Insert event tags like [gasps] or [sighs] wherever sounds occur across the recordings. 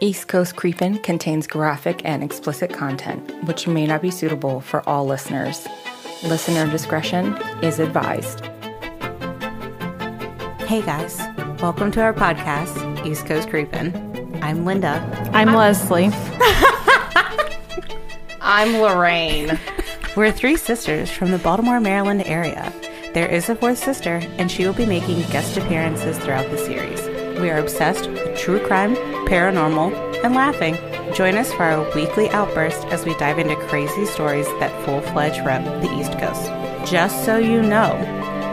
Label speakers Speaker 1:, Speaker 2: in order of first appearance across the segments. Speaker 1: East Coast Creepin' contains graphic and explicit content, which may not be suitable for all listeners. Listener discretion is advised.
Speaker 2: Hey guys, welcome to our podcast, East Coast Creepin'. I'm Linda.
Speaker 3: I'm Leslie.
Speaker 4: I'm Lorraine.
Speaker 2: We're three sisters from the Baltimore, Maryland area. There is a fourth sister, and she will be making guest appearances throughout the series. We are obsessed with true crime, paranormal, and laughing. Join us for our weekly outburst as we dive into crazy stories that full fledged rep the East Coast. Just so you know,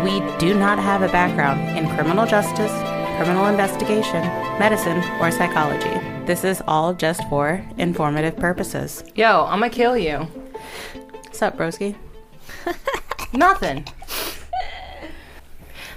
Speaker 2: we do not have a background in criminal justice, criminal investigation, medicine, or psychology. This is all just for informative purposes.
Speaker 4: Yo, I'm gonna kill you.
Speaker 2: What's up, broski?
Speaker 4: Nothing.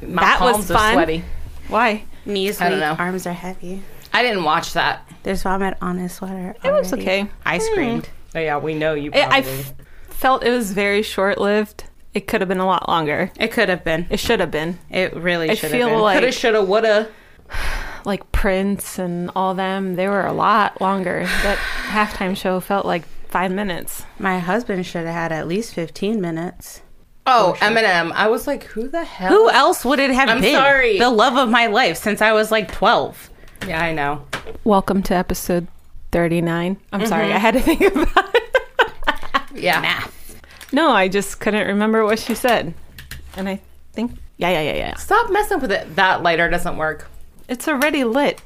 Speaker 4: My
Speaker 3: That was
Speaker 4: palms are
Speaker 3: fun.
Speaker 4: sweaty.
Speaker 3: Why?
Speaker 2: Knees
Speaker 4: I
Speaker 2: weak,
Speaker 4: don't know.
Speaker 2: arms are heavy.
Speaker 4: I didn't watch that.
Speaker 2: There's vomit on his sweater. It Hmm.
Speaker 3: looks okay.
Speaker 2: I screamed.
Speaker 4: Oh, yeah, we know you.
Speaker 3: It, I f- felt it was very short lived. It could have been a lot longer.
Speaker 2: It could have been.
Speaker 3: It should have been.
Speaker 2: It really
Speaker 3: I
Speaker 2: should
Speaker 3: feel
Speaker 2: have been.
Speaker 3: like-
Speaker 4: coulda, shoulda, woulda.
Speaker 3: [sighs] Like Prince and all them, they were a lot longer. That [sighs] halftime show felt like five minutes.
Speaker 2: My husband should have had at least 15 minutes.
Speaker 4: Oh, Eminem. I was like, who the hell?
Speaker 2: Who else would it have
Speaker 4: I'm
Speaker 2: been?
Speaker 4: sorry.
Speaker 2: The love of my life since I was like 12.
Speaker 4: Yeah, I know.
Speaker 3: Welcome to episode 39. I'm sorry, I had to think about it.
Speaker 4: Yeah.
Speaker 3: [laughs] No, I just couldn't remember what she said. And I think, yeah, yeah, yeah, yeah.
Speaker 4: Stop messing with it. That lighter doesn't work.
Speaker 3: It's already lit.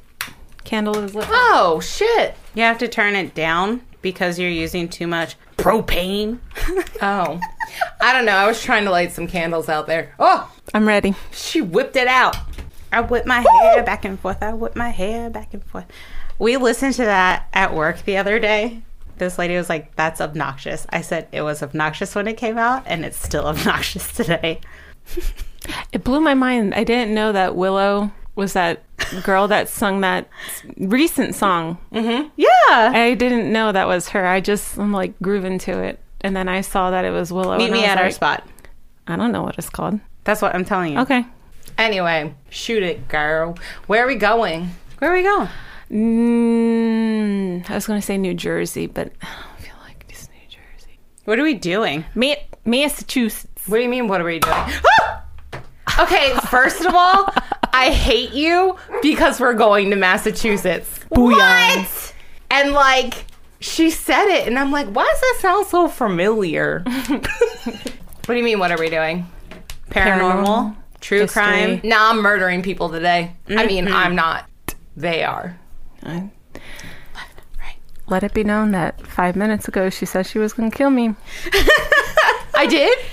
Speaker 3: Candle is lit.
Speaker 4: Oh shit.
Speaker 2: You have to turn it down because you're using too much propane. [laughs]
Speaker 4: Oh, I don't know. I was trying to light some candles out there. Oh,
Speaker 3: I'm ready.
Speaker 4: she whipped it out.
Speaker 2: I whip my hair back and forth. I whip my hair back and forth. We listened to that at work the other day. This lady was like, that's obnoxious. I said it was obnoxious when it came out, and it's still [laughs] obnoxious today.
Speaker 3: It blew my mind. I didn't know that Willow was that girl that sung that s- recent song.
Speaker 2: Mm-hmm. Yeah.
Speaker 3: I didn't know that was her. I just I'm like grooving to it, and then I saw that it was Willow.
Speaker 2: Meet
Speaker 3: and I
Speaker 2: me
Speaker 3: was
Speaker 2: at our
Speaker 3: like,
Speaker 2: spot.
Speaker 3: I don't know what it's called.
Speaker 2: That's what I'm telling you.
Speaker 3: Okay,
Speaker 4: Anyway, shoot it, girl. Where are we going?
Speaker 2: Where are we going?
Speaker 3: mm, I was gonna say New Jersey, but [sighs] I don't feel like it's New Jersey.
Speaker 2: What are we doing?
Speaker 3: Ma- Massachusetts.
Speaker 4: What do you mean? What are we doing? Ah! okay, first of all, I hate you because we're going to Massachusetts. What? And like, she said it, and I'm like, why does that sound
Speaker 3: [laughs]
Speaker 4: so familiar? what do you mean? What are we doing?
Speaker 2: Paranormal,
Speaker 3: Paranormal,
Speaker 2: true
Speaker 3: history.
Speaker 2: crime.
Speaker 3: Mm-hmm.
Speaker 4: Nah, I'm murdering people today. I mean, I'm not. They are.
Speaker 3: I- Let it be known that five minutes ago she said she was gonna kill me.
Speaker 4: I did.
Speaker 3: [laughs]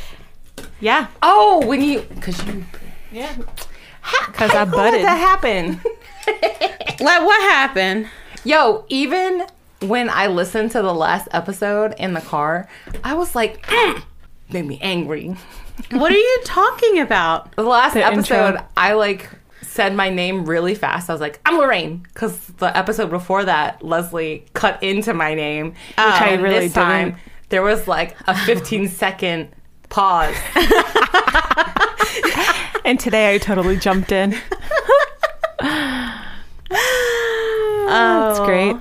Speaker 3: Yeah,
Speaker 4: Oh, when you, because you,
Speaker 3: because I butted.
Speaker 4: that happened.
Speaker 2: Like what happened?
Speaker 4: Yo, even when I listened to the last episode in the car, I was like, [clears throat] mm, made me angry.
Speaker 2: What are you talking about?
Speaker 4: The last
Speaker 3: intro.
Speaker 4: episode, I like said my name really fast. I was like, I'm Lorraine. Because the episode before that, Leslie cut into my name. Which
Speaker 3: I really
Speaker 4: this time,
Speaker 3: didn't.
Speaker 4: there was like a
Speaker 3: [laughs]
Speaker 4: 15 second pause.
Speaker 3: And today I totally jumped [laughs] in. That's [laughs] great.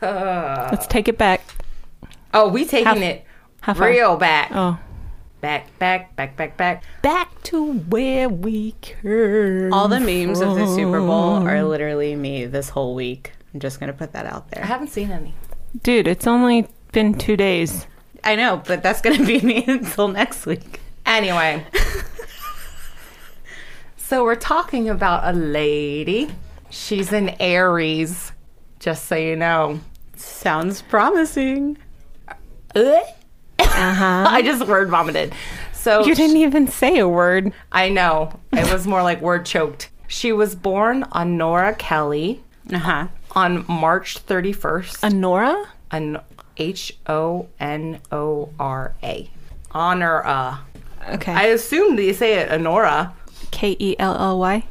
Speaker 3: Let's take it back.
Speaker 4: Oh, we taking
Speaker 3: How-
Speaker 4: it
Speaker 3: How far?
Speaker 4: real back.
Speaker 3: Oh.
Speaker 4: Back, back, back, back, back.
Speaker 3: Back to where we came.
Speaker 2: All the memes of the Super Bowl are literally me this whole week. I'm just gonna put that out
Speaker 4: I
Speaker 2: there.
Speaker 4: haven't seen any.
Speaker 3: Dude, it's only been two days.
Speaker 2: I know, but that's gonna be [laughs] me until next week.
Speaker 4: Anyway. so we're talking about a lady. She's an Aries, just so you know.
Speaker 2: Sounds promising.
Speaker 4: [laughs] I just word vomited. So
Speaker 3: You didn't even say a word.
Speaker 4: I know. It was more like word choked. She was born on Nora Kelly
Speaker 2: Uh huh.
Speaker 4: on March 31st.
Speaker 3: Honora?
Speaker 4: An H O N O R A. Honora. I
Speaker 3: Okay.
Speaker 4: assume they say it Honora.
Speaker 3: K E L L Y?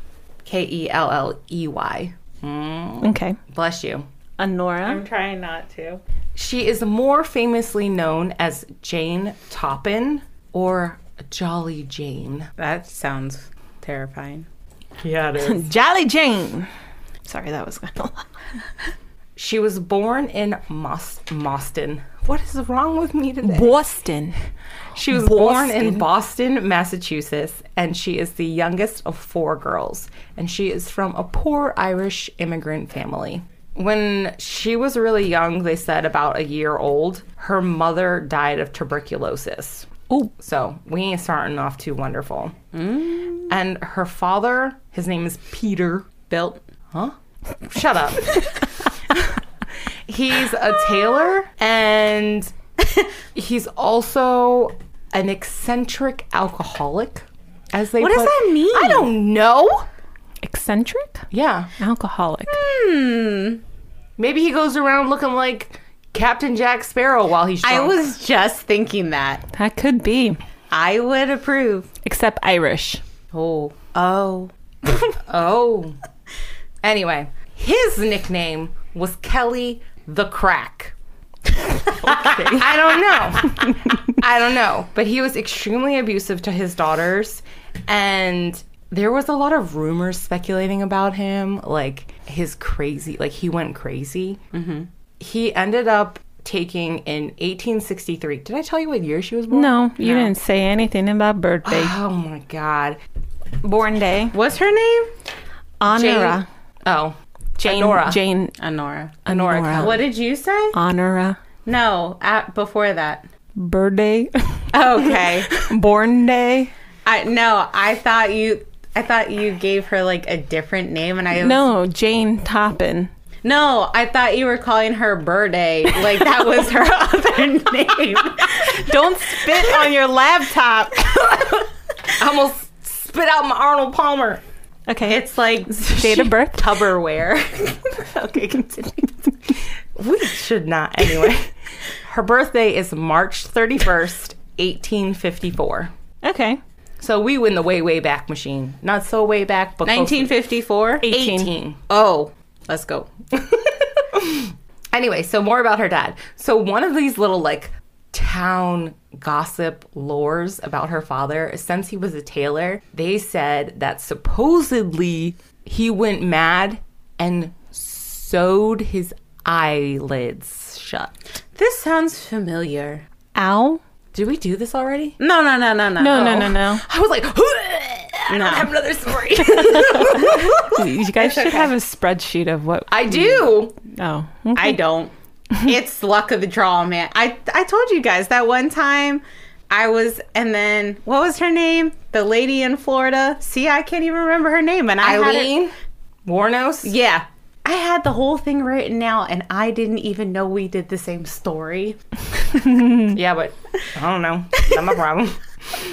Speaker 4: K E L L E Y.
Speaker 3: Okay.
Speaker 4: Bless you.
Speaker 3: Honora?
Speaker 2: Trying not to.
Speaker 4: She is more famously known as Jane Toppin or Jolly Jane.
Speaker 2: That sounds terrifying.
Speaker 4: Yeah, it is.
Speaker 3: Jolly Jane. Sorry, that was kind of
Speaker 4: She was born in Mos- Boston. What is wrong with me today?
Speaker 3: Boston.
Speaker 4: She was born in Boston, Massachusetts, and she is the youngest of four girls. And she is from a poor Irish immigrant family. When she was really young, they said about a year old, her mother died of tuberculosis.
Speaker 3: Ooh.
Speaker 4: So we ain't starting off too wonderful. And her father, his name is Peter, built. Huh? Shut [laughs] up. He's a tailor and he's also an eccentric alcoholic, as they
Speaker 2: What does
Speaker 4: put-
Speaker 2: that mean?
Speaker 4: I don't know.
Speaker 3: Eccentric?
Speaker 4: Yeah.
Speaker 3: Alcoholic.
Speaker 4: Maybe he goes around looking like Captain Jack Sparrow while he's drunk.
Speaker 2: I was just thinking that.
Speaker 3: That could be.
Speaker 2: I would approve.
Speaker 3: Except Irish.
Speaker 4: Oh.
Speaker 2: Oh.
Speaker 4: Oh. Anyway, his nickname was Kelly the Crack. I don't know. I don't know. But he was extremely abusive to his daughters. And there was a lot of rumors speculating about him. Like, his crazy, like, he went crazy. Mm-hmm. He ended up taking in 1863. Did I tell you what year she was born?
Speaker 3: No, you didn't say anything about birthday.
Speaker 4: Oh my God.
Speaker 3: [gasps] Born day.
Speaker 2: What's her name?
Speaker 3: Honora.
Speaker 4: Oh.
Speaker 3: Jane.
Speaker 4: Honora.
Speaker 3: Jane.
Speaker 2: Honora.
Speaker 4: Honora.
Speaker 3: Honora.
Speaker 4: Kelly.
Speaker 2: What did you say?
Speaker 3: Honora.
Speaker 2: No, at, before that.
Speaker 3: Birthday.
Speaker 2: Okay.
Speaker 3: [laughs] Born day.
Speaker 2: I no, I thought you I thought you gave her like a different name and I was-
Speaker 3: No, Jane Toppin.
Speaker 2: No, I thought you were calling her Birday. Like that was her [laughs] other name.
Speaker 3: Don't [laughs] spit on your laptop.
Speaker 4: I almost spit out my Arnold Palmer.
Speaker 3: Okay.
Speaker 2: It's [laughs] like
Speaker 3: date of birth.
Speaker 2: Tupperware. [laughs]
Speaker 3: [laughs]
Speaker 4: Okay, continue. we should not anyway. Her birthday is March 31st, 1854.
Speaker 3: Okay.
Speaker 4: So we win the way way back machine. Not so way back, but close.
Speaker 2: 1954.
Speaker 4: 18.
Speaker 2: Oh, [laughs] let's go.
Speaker 4: Anyway, so more about her dad. So one of these little like town gossip lores about her father, since he was a tailor, they said that supposedly he went mad and sewed his eyelids shut.
Speaker 2: This sounds familiar.
Speaker 3: Ow.
Speaker 4: Did we do this already?
Speaker 2: No, no, no, no, no.
Speaker 3: No, no, no, no.
Speaker 4: Mm.
Speaker 3: [laughs]
Speaker 4: I was like,
Speaker 2: No.
Speaker 4: I don't have another [laughs] story.
Speaker 3: You guys should have a spreadsheet of what.
Speaker 4: I do.
Speaker 3: Oh.
Speaker 2: I [laughs] don't. It's luck of the draw, man. I I told you guys that one time I was and then what was her name? The lady in Florida. See, I can't even remember her name and I had it-
Speaker 4: Eileen Warnos.
Speaker 2: Yeah. I had the whole thing written out and I didn't even know we did the same story.
Speaker 4: Yeah, but Mm-hmm. I don't know. Not my problem.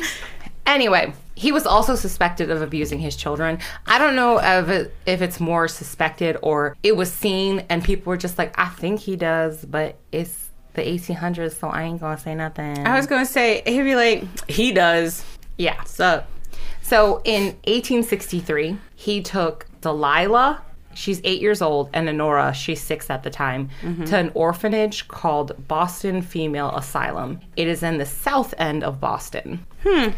Speaker 4: [laughs] anyway, he was also suspected of abusing his children. I don't know if, it, if it's more suspected or it was seen and people were just like, I think he does, but it's the 1800s, so I ain't gonna say nothing.
Speaker 2: I was going to say, he'd be like, he does.
Speaker 4: yeah.
Speaker 2: So,
Speaker 4: So in 1863, he took Delilah, she's eight years old, and Honora, she's six at the time, to an orphanage called Boston Female Asylum. It is in the south end of Boston. Hmm.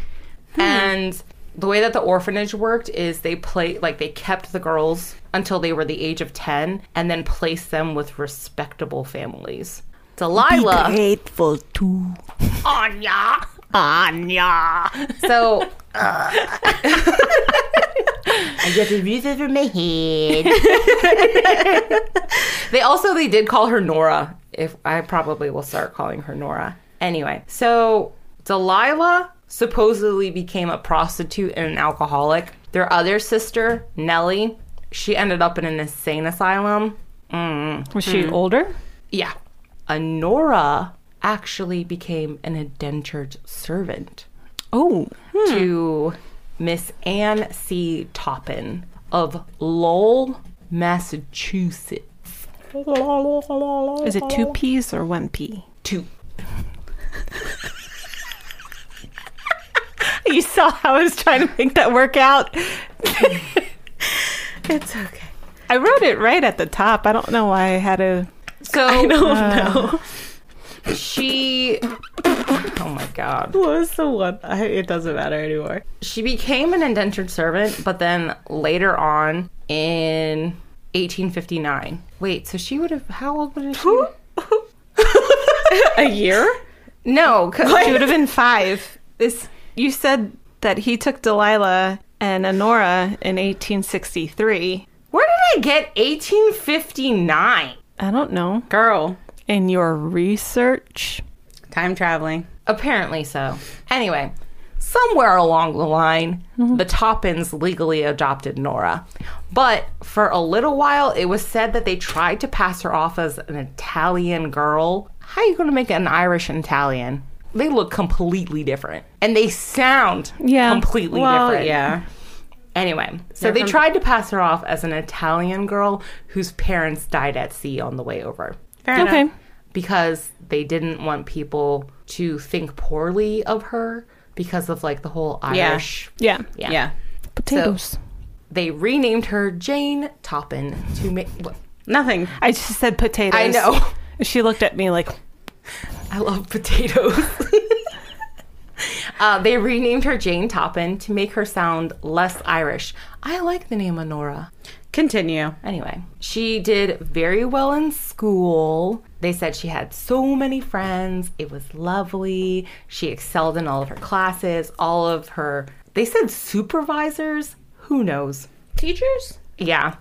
Speaker 4: And the way that the orphanage worked is they play like they kept the girls until they were the age of 10 and then placed them with respectable families. Delilah
Speaker 2: grateful too.
Speaker 4: Anya.
Speaker 2: Anya.
Speaker 4: [laughs] So uh, I get the roof over my head. [laughs] they also they did call her Nora. If I probably will start calling her Nora. Anyway, so Delilah supposedly became a prostitute and an alcoholic. Their other sister, Nellie, she ended up in an insane asylum. Mm.
Speaker 3: Was she older?
Speaker 4: Yeah. Honora actually became an indentured servant
Speaker 3: Oh.
Speaker 4: Hmm. to Miss Anne C. Toppin of Lowell, Massachusetts.
Speaker 3: Is it two P's or one P?
Speaker 4: Two.
Speaker 3: [laughs] You saw how I was trying to make that work out. [laughs]
Speaker 2: It's okay.
Speaker 3: I wrote it right at the top. I don't know why I had a.
Speaker 4: So I don't know. She Oh my god.
Speaker 2: What was the one? I, it doesn't matter anymore.
Speaker 4: She became an indentured servant, but then later on in 1859. Wait, so she would have, how old would have she?
Speaker 2: A year?
Speaker 4: No, 'cause
Speaker 3: [laughs] She
Speaker 4: she would
Speaker 3: would
Speaker 4: have
Speaker 3: have been five. This you said that he took Delilah and Honora in 1863.
Speaker 4: Where did I get 1859?
Speaker 3: I don't know.
Speaker 2: Girl.
Speaker 3: In your research,
Speaker 2: Time traveling.
Speaker 4: Apparently so. Anyway, somewhere along the line, the Toppins legally adopted Nora. But for a little while, it was said that they tried to pass her off as an Italian girl. How are you going to make an Irish and Italian? They look completely different. And they sound
Speaker 3: Yeah.
Speaker 4: completely
Speaker 2: Well,
Speaker 4: different.
Speaker 2: yeah.
Speaker 4: Anyway, so they tried to pass her off as an Italian girl whose parents died at sea on the way over
Speaker 2: Fair enough.
Speaker 3: okay.
Speaker 4: because they didn't want people to think poorly of her because of like the whole
Speaker 2: Yeah.
Speaker 4: Irish.
Speaker 3: Yeah,
Speaker 2: Yeah.
Speaker 3: potatoes.
Speaker 4: They renamed her Jane Toppin to make.
Speaker 2: Nothing.
Speaker 3: I just said potatoes.
Speaker 4: I know.
Speaker 3: [laughs] She looked at me like,
Speaker 4: I love [laughs] potatoes. uh, they renamed her Jane Toppin to make her sound less Irish. I like the name Honora.
Speaker 2: Continue.
Speaker 4: Anyway, she did very well in school. They said she had so many friends. It was lovely. She excelled in all of her classes, all of her, they said supervisors. Who knows?
Speaker 2: Teachers? Hmm.
Speaker 4: Yeah.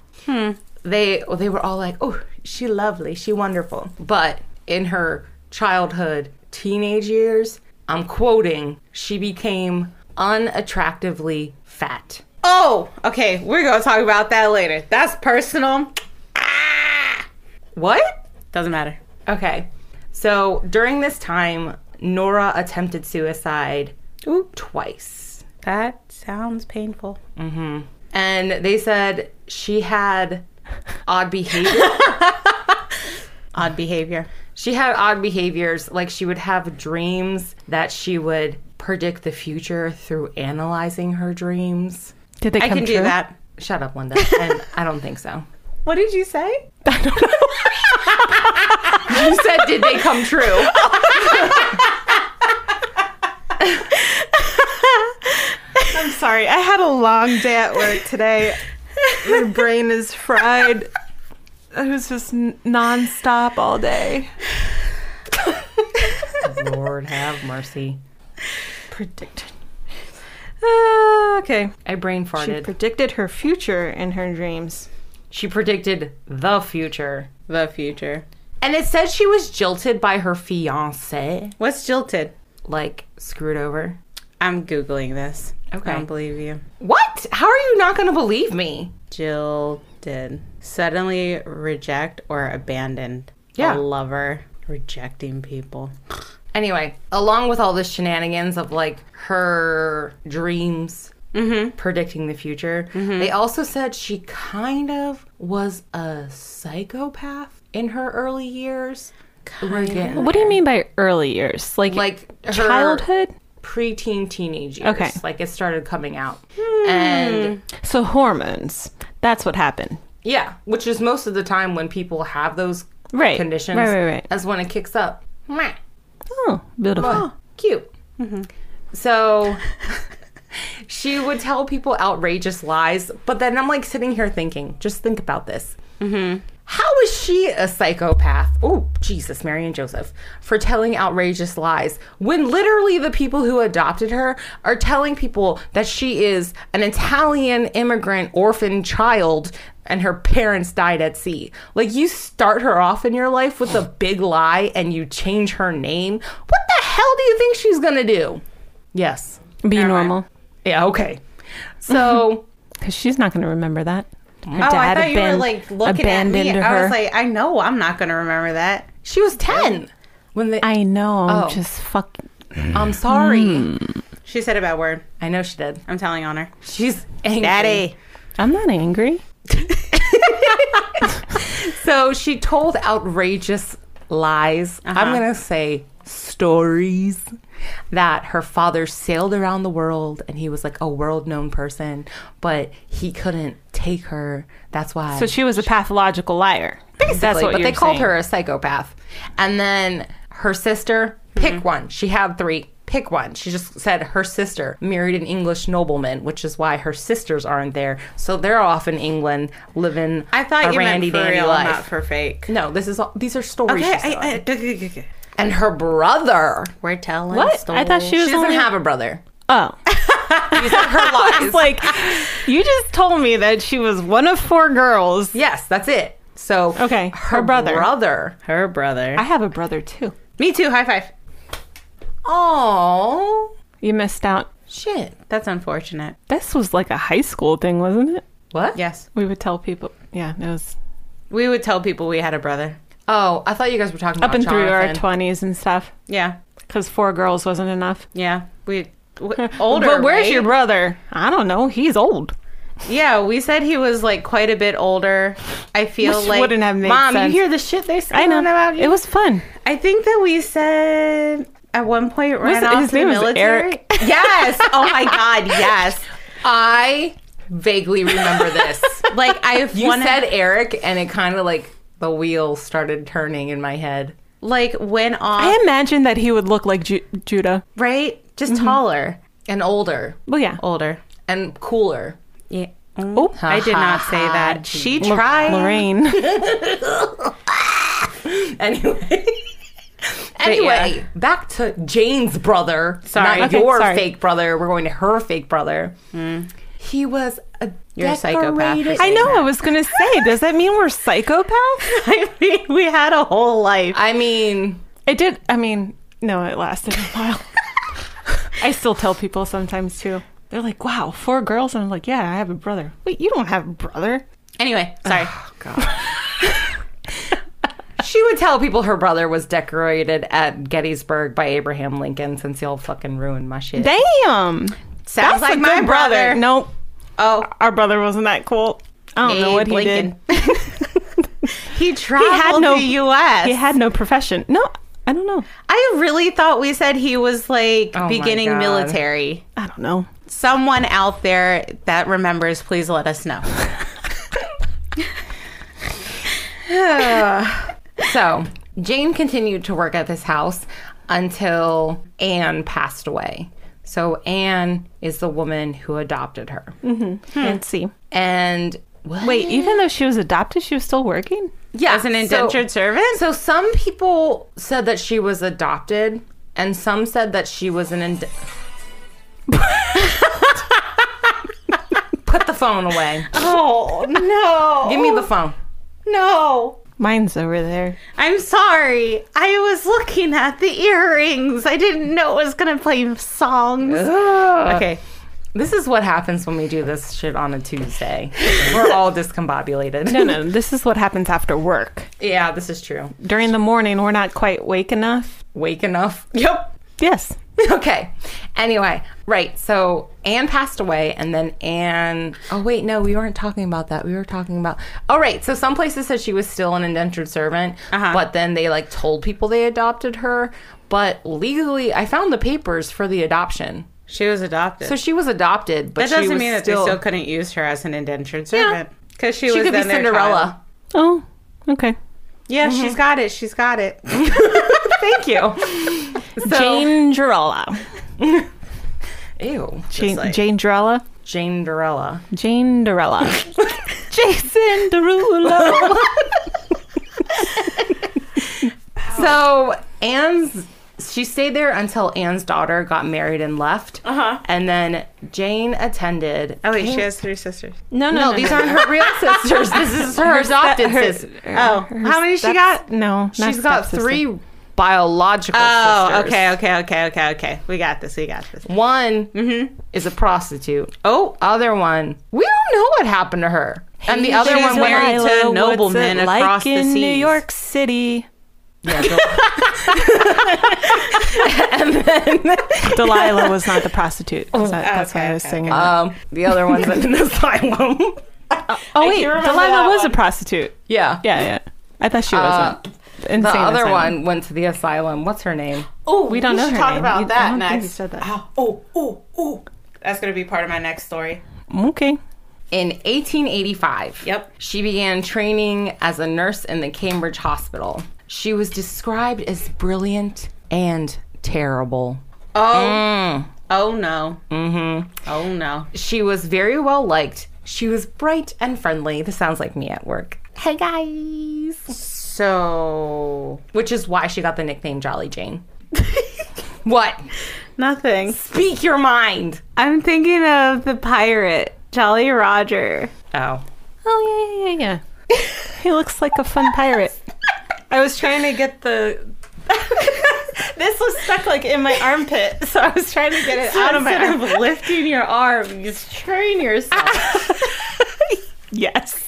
Speaker 4: They they were all like, "Oh, she lovely, she wonderful." But in her childhood, teenage years, I'm quoting, she became unattractively fat.
Speaker 2: Oh, okay. We're going to talk about that later. That's personal.
Speaker 4: What?
Speaker 2: Doesn't matter.
Speaker 4: Okay. So during this time, Nora attempted suicide twice.
Speaker 2: That sounds painful.
Speaker 4: And they said she had odd behavior.
Speaker 2: Odd behavior.
Speaker 4: she had odd behaviors. Like she would have dreams that she would predict the future through analyzing her dreams.
Speaker 3: "Did they
Speaker 2: I
Speaker 3: come
Speaker 2: can
Speaker 3: true?"
Speaker 2: do that.
Speaker 4: Shut up, Linda. And I don't think so.
Speaker 2: What did you say?
Speaker 4: You said, did they come true?
Speaker 3: I'm sorry. I had a long day at work today. [laughs] My brain is fried. It was just n- nonstop all day.
Speaker 4: Lord have mercy.
Speaker 3: Predicted. Uh, okay.
Speaker 4: I brain
Speaker 3: She
Speaker 4: farted.
Speaker 3: predicted her future in her dreams.
Speaker 4: she predicted the future.
Speaker 2: The future.
Speaker 4: And it said she was jilted by her fiance.
Speaker 2: What's jilted?
Speaker 4: like screwed over.
Speaker 2: I'm Googling this.
Speaker 4: Okay.
Speaker 2: I don't believe you.
Speaker 4: What? How are you not going to believe me?
Speaker 2: Jilted. Suddenly reject or abandoned.
Speaker 4: Yeah.
Speaker 2: A lover rejecting people.
Speaker 4: Anyway, along with all the shenanigans of like her dreams
Speaker 3: Mm-hmm.
Speaker 4: predicting the future, they also said she kind of was a psychopath in her early years. We're getting
Speaker 3: What do you mean by early years? Like,
Speaker 4: like her
Speaker 3: childhood?
Speaker 4: preteen, teenage years.
Speaker 3: Okay. Hmm.
Speaker 4: like it started coming out, and
Speaker 3: So hormones. That's what happened.
Speaker 4: yeah, which is most of the time when people have those
Speaker 3: Right.
Speaker 4: conditions.
Speaker 3: Right, right, right.
Speaker 4: That's when it kicks up. Mwah.
Speaker 3: Oh, beautiful.
Speaker 4: cute. So [laughs] she would tell people outrageous lies, but then I'm like sitting here thinking, just think about this. How is she a psychopath? Oh, Jesus, Mary and Joseph, for telling outrageous lies when literally the people who adopted her are telling people that she is an Italian immigrant orphan child and her parents died at sea. Like, you start her off in your life with a big lie and you change her name. What the hell do you think she's gonna do? Yes.
Speaker 3: Be normal.
Speaker 4: Yeah, okay. So.
Speaker 3: Because she's not going to remember that. Her
Speaker 2: Oh, I
Speaker 3: dad
Speaker 2: thought you were
Speaker 3: aban-
Speaker 2: like looking at
Speaker 3: abandoned
Speaker 2: me.
Speaker 3: her.
Speaker 2: I was like, I know I'm not going to remember that.
Speaker 4: She was 10 when they. I,
Speaker 3: I know. I'm
Speaker 4: Oh.
Speaker 3: just fuck.
Speaker 4: am sorry.
Speaker 2: She said a bad word.
Speaker 4: I know she did.
Speaker 2: I'm telling on her.
Speaker 4: She's angry.
Speaker 2: Daddy.
Speaker 3: I'm not angry.
Speaker 4: So she told outrageous lies.
Speaker 5: Uh-huh.
Speaker 4: I'm going to say stories that her father sailed around the world and he was like a world known person, but he couldn't take her. That's why.
Speaker 3: So she was a pathological liar.
Speaker 4: Basically, but
Speaker 3: you're
Speaker 4: they called
Speaker 3: saying.
Speaker 5: Mm-hmm.
Speaker 4: her a psychopath. And then her sister, pick one. She had three. pick one. She just said her sister married an English nobleman, which is why her sisters aren't there. So they're off in England living
Speaker 5: I thought
Speaker 4: a
Speaker 5: you
Speaker 4: randy
Speaker 5: meant for
Speaker 4: dandy
Speaker 5: real,
Speaker 4: life.
Speaker 5: not for fake.
Speaker 4: no, this is all, these are stories.
Speaker 5: Okay,
Speaker 4: she saw.
Speaker 5: I, I, okay.
Speaker 4: and her brother.
Speaker 2: We're telling
Speaker 4: What?
Speaker 2: stories.
Speaker 3: I thought she
Speaker 4: She
Speaker 3: was
Speaker 4: doesn't
Speaker 3: only-
Speaker 4: have a brother.
Speaker 3: Oh, [laughs]
Speaker 4: These are her lies.
Speaker 3: it's like you just told me that she was one of four girls.
Speaker 4: yes, that's it. So
Speaker 3: Okay,
Speaker 4: her,
Speaker 3: her brother.
Speaker 4: brother.
Speaker 2: her brother.
Speaker 3: I have a brother too.
Speaker 5: Me too. High five.
Speaker 4: Oh
Speaker 3: You missed out.
Speaker 4: shit!
Speaker 2: That's unfortunate.
Speaker 3: This was like a high school thing, wasn't it?
Speaker 4: What?
Speaker 2: Yes.
Speaker 3: We would tell people. Yeah, it was
Speaker 2: We would tell people we had a brother.
Speaker 4: Oh, I thought you guys were talking
Speaker 3: up
Speaker 4: about
Speaker 3: and through our
Speaker 4: Jonathan.
Speaker 3: twenties and stuff.
Speaker 2: Yeah.
Speaker 3: Because four girls wasn't enough.
Speaker 2: Yeah. We w- older.
Speaker 3: [laughs] but where's
Speaker 2: right?
Speaker 3: your brother? I don't know. He's old.
Speaker 2: Yeah, we said he was like quite a bit older. I feel
Speaker 3: Which
Speaker 2: like
Speaker 3: wouldn't have made
Speaker 2: Mom,
Speaker 3: sense.
Speaker 2: you hear the shit they say
Speaker 3: I know.
Speaker 2: about you.
Speaker 3: It was fun.
Speaker 2: I think that we said at one point ran
Speaker 3: Was-
Speaker 2: off
Speaker 3: his
Speaker 2: to
Speaker 3: name
Speaker 2: the
Speaker 3: was
Speaker 2: military.
Speaker 3: Eric.
Speaker 2: Yes. Oh my god. Yes.
Speaker 4: I vaguely remember this.
Speaker 2: Like I
Speaker 4: you
Speaker 2: wanna-
Speaker 4: said Eric, and it kind of like the wheel started turning in my head.
Speaker 2: [laughs] like went off
Speaker 3: I imagine that he would look like Ju- Judah.
Speaker 2: right, just
Speaker 3: Mm-hmm.
Speaker 2: taller,
Speaker 4: And older,
Speaker 3: Well, yeah.
Speaker 2: older.
Speaker 4: and cooler.
Speaker 2: Yeah. Oh, I did not say that. She
Speaker 3: Lor-
Speaker 2: tried.
Speaker 3: Lorraine.
Speaker 2: [laughs]
Speaker 4: Anyway. Anyway, back to Jane's brother.
Speaker 2: Sorry. Mm.
Speaker 4: not
Speaker 3: Okay,
Speaker 4: your
Speaker 3: sorry.
Speaker 4: fake brother. We're going to her fake brother. He was a
Speaker 2: You're a psychopath for
Speaker 4: decorated-
Speaker 3: I know. I was gonna say. Does that mean we're
Speaker 2: [laughs]
Speaker 3: psychopaths?
Speaker 2: I mean, we had a whole life.
Speaker 4: I mean,
Speaker 3: It did. I mean, no, it lasted a while. I still tell people sometimes too. They're like, "Wow, four girls," and I'm like, "Yeah, I have a brother." Wait, you don't have a brother?
Speaker 2: Anyway, sorry.
Speaker 4: she would tell people her brother was decorated at Gettysburg by Abraham Lincoln since y'all fucking ruined my shit.
Speaker 3: Damn,
Speaker 2: Sounds like my brother.
Speaker 3: Nope,
Speaker 2: Oh,
Speaker 3: our brother wasn't that cool. I don't know
Speaker 2: Abe
Speaker 3: what he
Speaker 2: Lincoln.
Speaker 3: did. [laughs]
Speaker 2: He traveled
Speaker 3: no-
Speaker 2: the U.S.
Speaker 3: He had no profession. No, I don't know.
Speaker 2: I really thought we said he was like
Speaker 3: Oh
Speaker 4: my
Speaker 2: beginning
Speaker 4: God.
Speaker 2: military.
Speaker 3: I don't know.
Speaker 2: Someone out there that remembers, please let us know.
Speaker 4: So Jane continued to work at this house until Anne passed away. So Anne is the woman who adopted her.
Speaker 2: Mm-hmm. Hmm.
Speaker 3: Let's see.
Speaker 4: And what?
Speaker 3: Wait, even though she was adopted, she was still working.
Speaker 4: yeah,
Speaker 2: As an
Speaker 4: so-
Speaker 2: indentured servant?
Speaker 4: So some people said that she was adopted, and some said that she was an. Ind- Put the phone away.
Speaker 2: Oh, no.
Speaker 4: Give me the phone.
Speaker 2: No.
Speaker 3: Mine's over there.
Speaker 2: I'm sorry. I was looking at the earrings. I didn't know it was going to play songs.
Speaker 3: Uh,
Speaker 4: Okay. This is what happens when we do this shit on a Tuesday. We're
Speaker 2: [laughs]
Speaker 4: all discombobulated.
Speaker 3: [laughs] No, no, this is what happens after work.
Speaker 4: Yeah, this is true.
Speaker 3: During the morning, we're not quite wake enough.
Speaker 4: Wake enough. Yep.
Speaker 3: Yes.
Speaker 4: [laughs] Okay. Anyway, right. So Anne passed away, and then Anne. Oh wait, no, we weren't talking about that. We were talking about. All right. So some places said she was still an indentured servant,
Speaker 2: Uh-huh.
Speaker 4: but then they like told people they adopted her. But legally, I found the papers for the adoption,
Speaker 2: She was adopted.
Speaker 4: so she was adopted.
Speaker 2: that
Speaker 4: But
Speaker 2: doesn't
Speaker 4: she was
Speaker 2: mean that
Speaker 4: still,
Speaker 2: they still couldn't use her as an indentured servant. Because she,
Speaker 4: She
Speaker 2: was
Speaker 4: could be
Speaker 2: then their child.
Speaker 4: Cinderella.
Speaker 3: Oh, okay.
Speaker 2: Yeah, she's got it. She's got it.
Speaker 4: [laughs] Thank you.
Speaker 2: [laughs]
Speaker 4: So-
Speaker 3: Jane Girella.
Speaker 4: Ew.
Speaker 3: Jane, Jane Girella.
Speaker 4: Jane Dorella.
Speaker 3: Jane [laughs] Dorella. Jason Derulo.
Speaker 4: So Anne's she stayed there until Anne's daughter got married and left. Uh-huh. And then Jane attended.
Speaker 2: Oh, wait, she has three sisters.
Speaker 3: No, no,
Speaker 4: No, these aren't her real sisters. This is her adopted
Speaker 3: her-
Speaker 4: sister.
Speaker 2: Oh, how many she got?
Speaker 3: No, not
Speaker 4: She's got
Speaker 3: stepsister.
Speaker 4: three biological
Speaker 2: Oh,
Speaker 4: sisters.
Speaker 2: okay, okay, okay, okay, okay. We got this. We got this.
Speaker 4: One is a prostitute.
Speaker 2: Oh,
Speaker 4: Other one, we don't know what happened to her. And the other
Speaker 2: she's
Speaker 4: one went.
Speaker 2: married to
Speaker 3: Lila,
Speaker 2: noblemen
Speaker 3: what's it like
Speaker 2: across the
Speaker 3: in New
Speaker 2: seas.
Speaker 3: York City.
Speaker 4: Yeah,
Speaker 3: [laughs] [laughs]
Speaker 4: go-
Speaker 3: Delilah was not the prostitute. So that's why I was singing. that.
Speaker 4: um, the other one's in the asylum.
Speaker 3: oh wait,
Speaker 2: remember
Speaker 3: Delilah
Speaker 2: that
Speaker 3: was
Speaker 2: one. Uh,
Speaker 3: a prostitute.
Speaker 4: Yeah.
Speaker 3: Yeah, yeah. I thought she wasn't.
Speaker 4: The other one went to the asylum. What's her name?
Speaker 2: oh,
Speaker 3: We don't know her
Speaker 2: talk
Speaker 3: name.
Speaker 2: about
Speaker 3: You- I
Speaker 2: that
Speaker 3: don't think you
Speaker 2: next.
Speaker 3: said that.
Speaker 2: Ow. Oh, oh, oh. That's gonna be part of my next story.
Speaker 3: one. Okay.
Speaker 4: In 1885,
Speaker 2: Yep.
Speaker 4: she began training as a nurse in the Cambridge Hospital. She was described as brilliant and terrible.
Speaker 2: Oh. Oh no. Mm-hmm. Oh no.
Speaker 4: She was very well liked. She was bright and friendly. This sounds like me at work. Hey guys.
Speaker 2: So
Speaker 4: Which is why she got the nickname Jolly
Speaker 3: [laughs]
Speaker 4: Jane. what?
Speaker 3: Nothing.
Speaker 4: Speak your mind.
Speaker 3: I'm thinking of the pirate, Jolly Roger.
Speaker 4: Oh.
Speaker 3: Oh, yeah, yeah, yeah. he looks like a fun
Speaker 2: [laughs]
Speaker 3: pirate. I was trying to get the. [laughs] this was stuck like in my armpit, so I was trying to get it out of my armpit.
Speaker 2: of lifting your arm, just train yourself.
Speaker 3: Yes.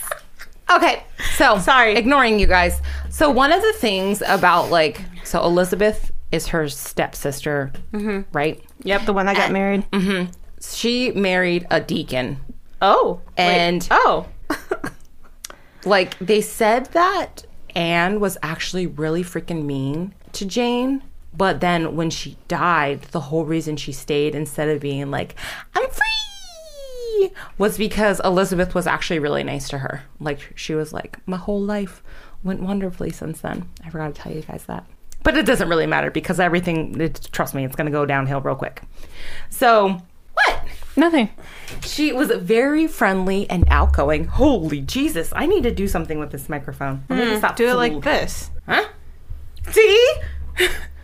Speaker 4: Okay. So sorry, ignoring you guys. So one of the things about like so Elizabeth is her stepsister,
Speaker 2: Mm-hmm.
Speaker 4: right?
Speaker 3: Yep, the one that got married.
Speaker 4: She married a deacon,
Speaker 2: Oh.
Speaker 4: and
Speaker 2: Oh.
Speaker 4: like they said that Anne was actually really freaking mean to Jane. But then when she died, the whole reason she stayed instead of being like, I'm free, was because Elizabeth was actually really nice to her. Like, she was like, my whole life went wonderfully since then. I forgot to tell you guys that. But it doesn't really matter because everything, it, trust me, it's going to go downhill real quick. So, what?
Speaker 3: Nothing.
Speaker 4: She was very friendly and outgoing. Holy Jesus, I need to do something with this microphone. I need to stop.
Speaker 3: Do it
Speaker 4: fool-
Speaker 3: like
Speaker 4: [laughs]
Speaker 3: this.
Speaker 4: Huh? See?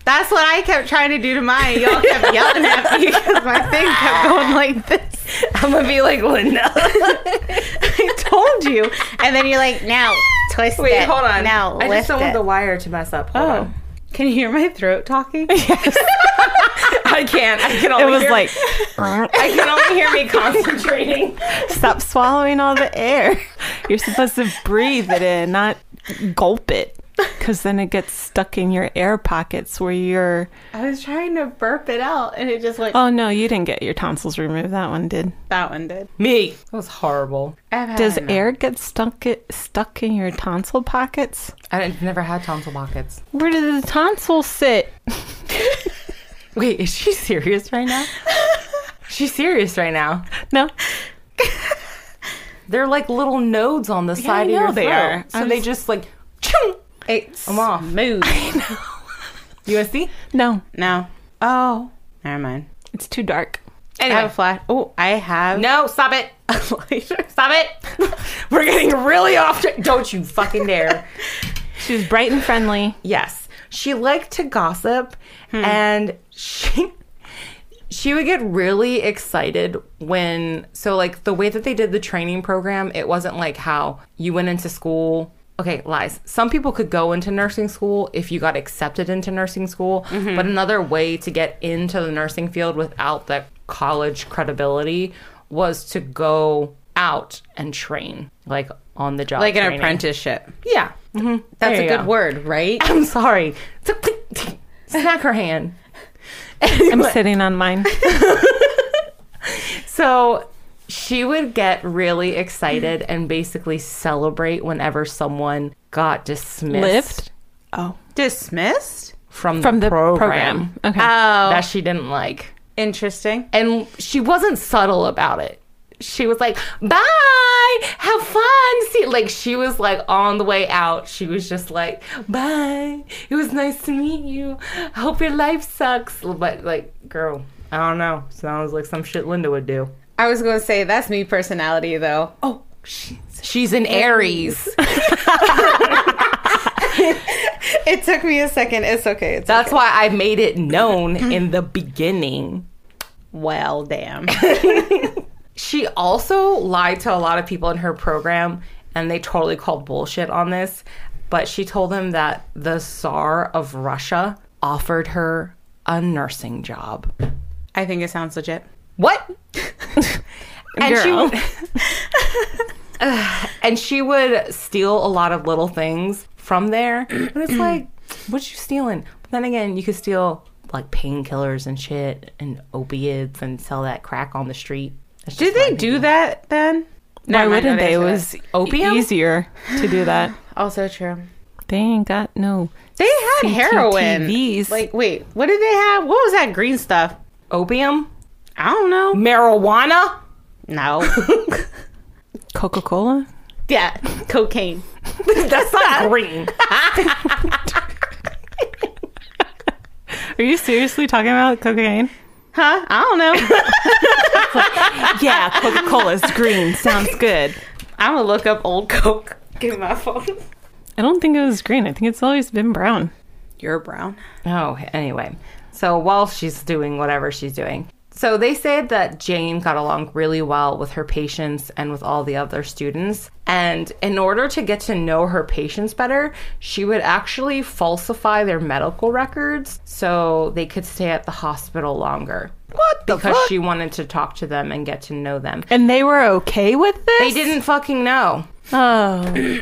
Speaker 3: That's what I kept trying to do to mine. Y'all kept yelling at me because my thing kept going [laughs] like this.
Speaker 4: I'm gonna be like Linda.
Speaker 3: I told you. And then you're like, now twist
Speaker 2: Wait,
Speaker 3: it.
Speaker 2: hold on.
Speaker 3: Now
Speaker 4: I just
Speaker 3: lift
Speaker 4: don't want
Speaker 3: it.
Speaker 4: the wire to mess up. Hold [laughs] on.
Speaker 2: Can you hear my throat talking?
Speaker 4: I can't. I can only
Speaker 3: it was
Speaker 2: [laughs]
Speaker 4: hear,
Speaker 3: like,
Speaker 4: I can only hear me concentrating.
Speaker 3: stop swallowing all the air. [laughs] You're supposed to breathe it in, not gulp it. Because then it gets stuck in your air pockets where you're.
Speaker 2: I was trying to burp it out and it just like
Speaker 3: Oh, no, you didn't get your tonsils removed. That one did.
Speaker 2: that one did.
Speaker 4: Me. That was horrible.
Speaker 3: Does air get stuck, it, stuck in your tonsil pockets?
Speaker 4: I've never had tonsil pockets.
Speaker 3: Where does the tonsil sit? [laughs]
Speaker 4: Wait, is she serious right now? She's serious right now.
Speaker 3: No?
Speaker 4: They're like little nodes on the side
Speaker 3: I
Speaker 4: of your
Speaker 3: know they
Speaker 4: throat.
Speaker 3: are.
Speaker 4: So
Speaker 3: I'm
Speaker 4: they
Speaker 3: just-
Speaker 4: just like, chung,
Speaker 2: It's
Speaker 4: I'm
Speaker 2: [laughs]
Speaker 4: off.
Speaker 2: Move.
Speaker 4: You wanna see?
Speaker 3: No.
Speaker 2: No. Oh. Never mind.
Speaker 3: It's too dark.
Speaker 2: I have a flash. Oh, I have.
Speaker 4: No, stop [laughs] it. Stop it. [laughs] We're getting really off. tra- Don't you fucking dare. [laughs]
Speaker 3: She was bright and friendly.
Speaker 4: yes. She liked to gossip and she she would get really excited when so like the way that they did the training program, it wasn't like how you went into school Okay, lies. Some people could go into nursing school if you got accepted into nursing school, but another way to get into the nursing field without that college credibility was to go out and train, like on the job,
Speaker 2: Like an
Speaker 4: training.
Speaker 2: apprenticeship.
Speaker 4: Yeah,
Speaker 2: That's
Speaker 4: There
Speaker 2: a
Speaker 4: you
Speaker 2: good
Speaker 4: go.
Speaker 2: word, right?
Speaker 4: [laughs] I'm sorry. [laughs] Snack her hand.
Speaker 3: I'm sitting on mine.
Speaker 4: So she would get really excited
Speaker 3: Hmm.
Speaker 4: and basically celebrate whenever someone got dismissed
Speaker 3: Lift
Speaker 2: Dismissed.
Speaker 4: from,
Speaker 3: from the
Speaker 4: program,
Speaker 3: program. Okay.
Speaker 2: Oh,
Speaker 4: that she didn't like.
Speaker 2: interesting.
Speaker 4: And she wasn't subtle about it. She was like, bye, have fun. See, like she was like on the way out. She was just like, bye, it was nice to meet you. I hope your life sucks. But like, girl, I don't know. Sounds like some shit Linda would do.
Speaker 2: I was going to say that's me personality [laughs] though.
Speaker 4: Oh, she's, she's an [laughs] Aries.
Speaker 2: It took me a second. It's okay. It's
Speaker 4: That's why I made it known in the beginning.
Speaker 2: well, damn.
Speaker 4: She also lied to a lot of people in her program, and they totally called bullshit on this. But she told them that the Tsar of Russia offered her a nursing job.
Speaker 2: [laughs] I think it sounds legit.
Speaker 4: What? [laughs] and
Speaker 2: [laughs]
Speaker 4: she would, Ugh, and she would steal a lot of little things from
Speaker 2: [clears throat]
Speaker 4: there. But it's like, what you stealing? But then again, you could steal like painkillers and shit and opiates and sell that crack on the street. That's
Speaker 2: Did
Speaker 4: just
Speaker 2: they
Speaker 4: not
Speaker 2: do that then?
Speaker 3: Why
Speaker 2: Never mind,
Speaker 3: wouldn't
Speaker 2: no,
Speaker 3: they? It
Speaker 2: answer that.
Speaker 3: was
Speaker 4: Opium?
Speaker 3: easier to do that.
Speaker 2: also true.
Speaker 3: They ain't got no.
Speaker 2: They had heroin.
Speaker 3: CCTVs.
Speaker 2: Like, wait, what did they have? What was that green stuff?
Speaker 4: opium,
Speaker 2: I don't know.
Speaker 4: marijuana.
Speaker 2: No.
Speaker 3: [laughs] Coca Cola?
Speaker 2: yeah, cocaine.
Speaker 4: That's not green.
Speaker 3: Are you seriously talking about cocaine?
Speaker 2: Huh? I don't
Speaker 3: [laughs]
Speaker 2: know.
Speaker 3: Yeah, Coca Cola's green. Sounds good.
Speaker 2: I'm gonna look up old Coke. Give me my phone.
Speaker 3: I don't think it was green. I think it's always been brown.
Speaker 2: You're brown.
Speaker 4: Oh, anyway. So while she's doing whatever she's doing. So they said that Jane got along really well with her patients and with all the other students. And in order to get to know her patients better, she would actually falsify their medical records so they could stay at the hospital longer. What the Because she wanted to talk to them and get to know them.
Speaker 3: And they were okay with this?
Speaker 4: They didn't fucking know.
Speaker 3: Oh.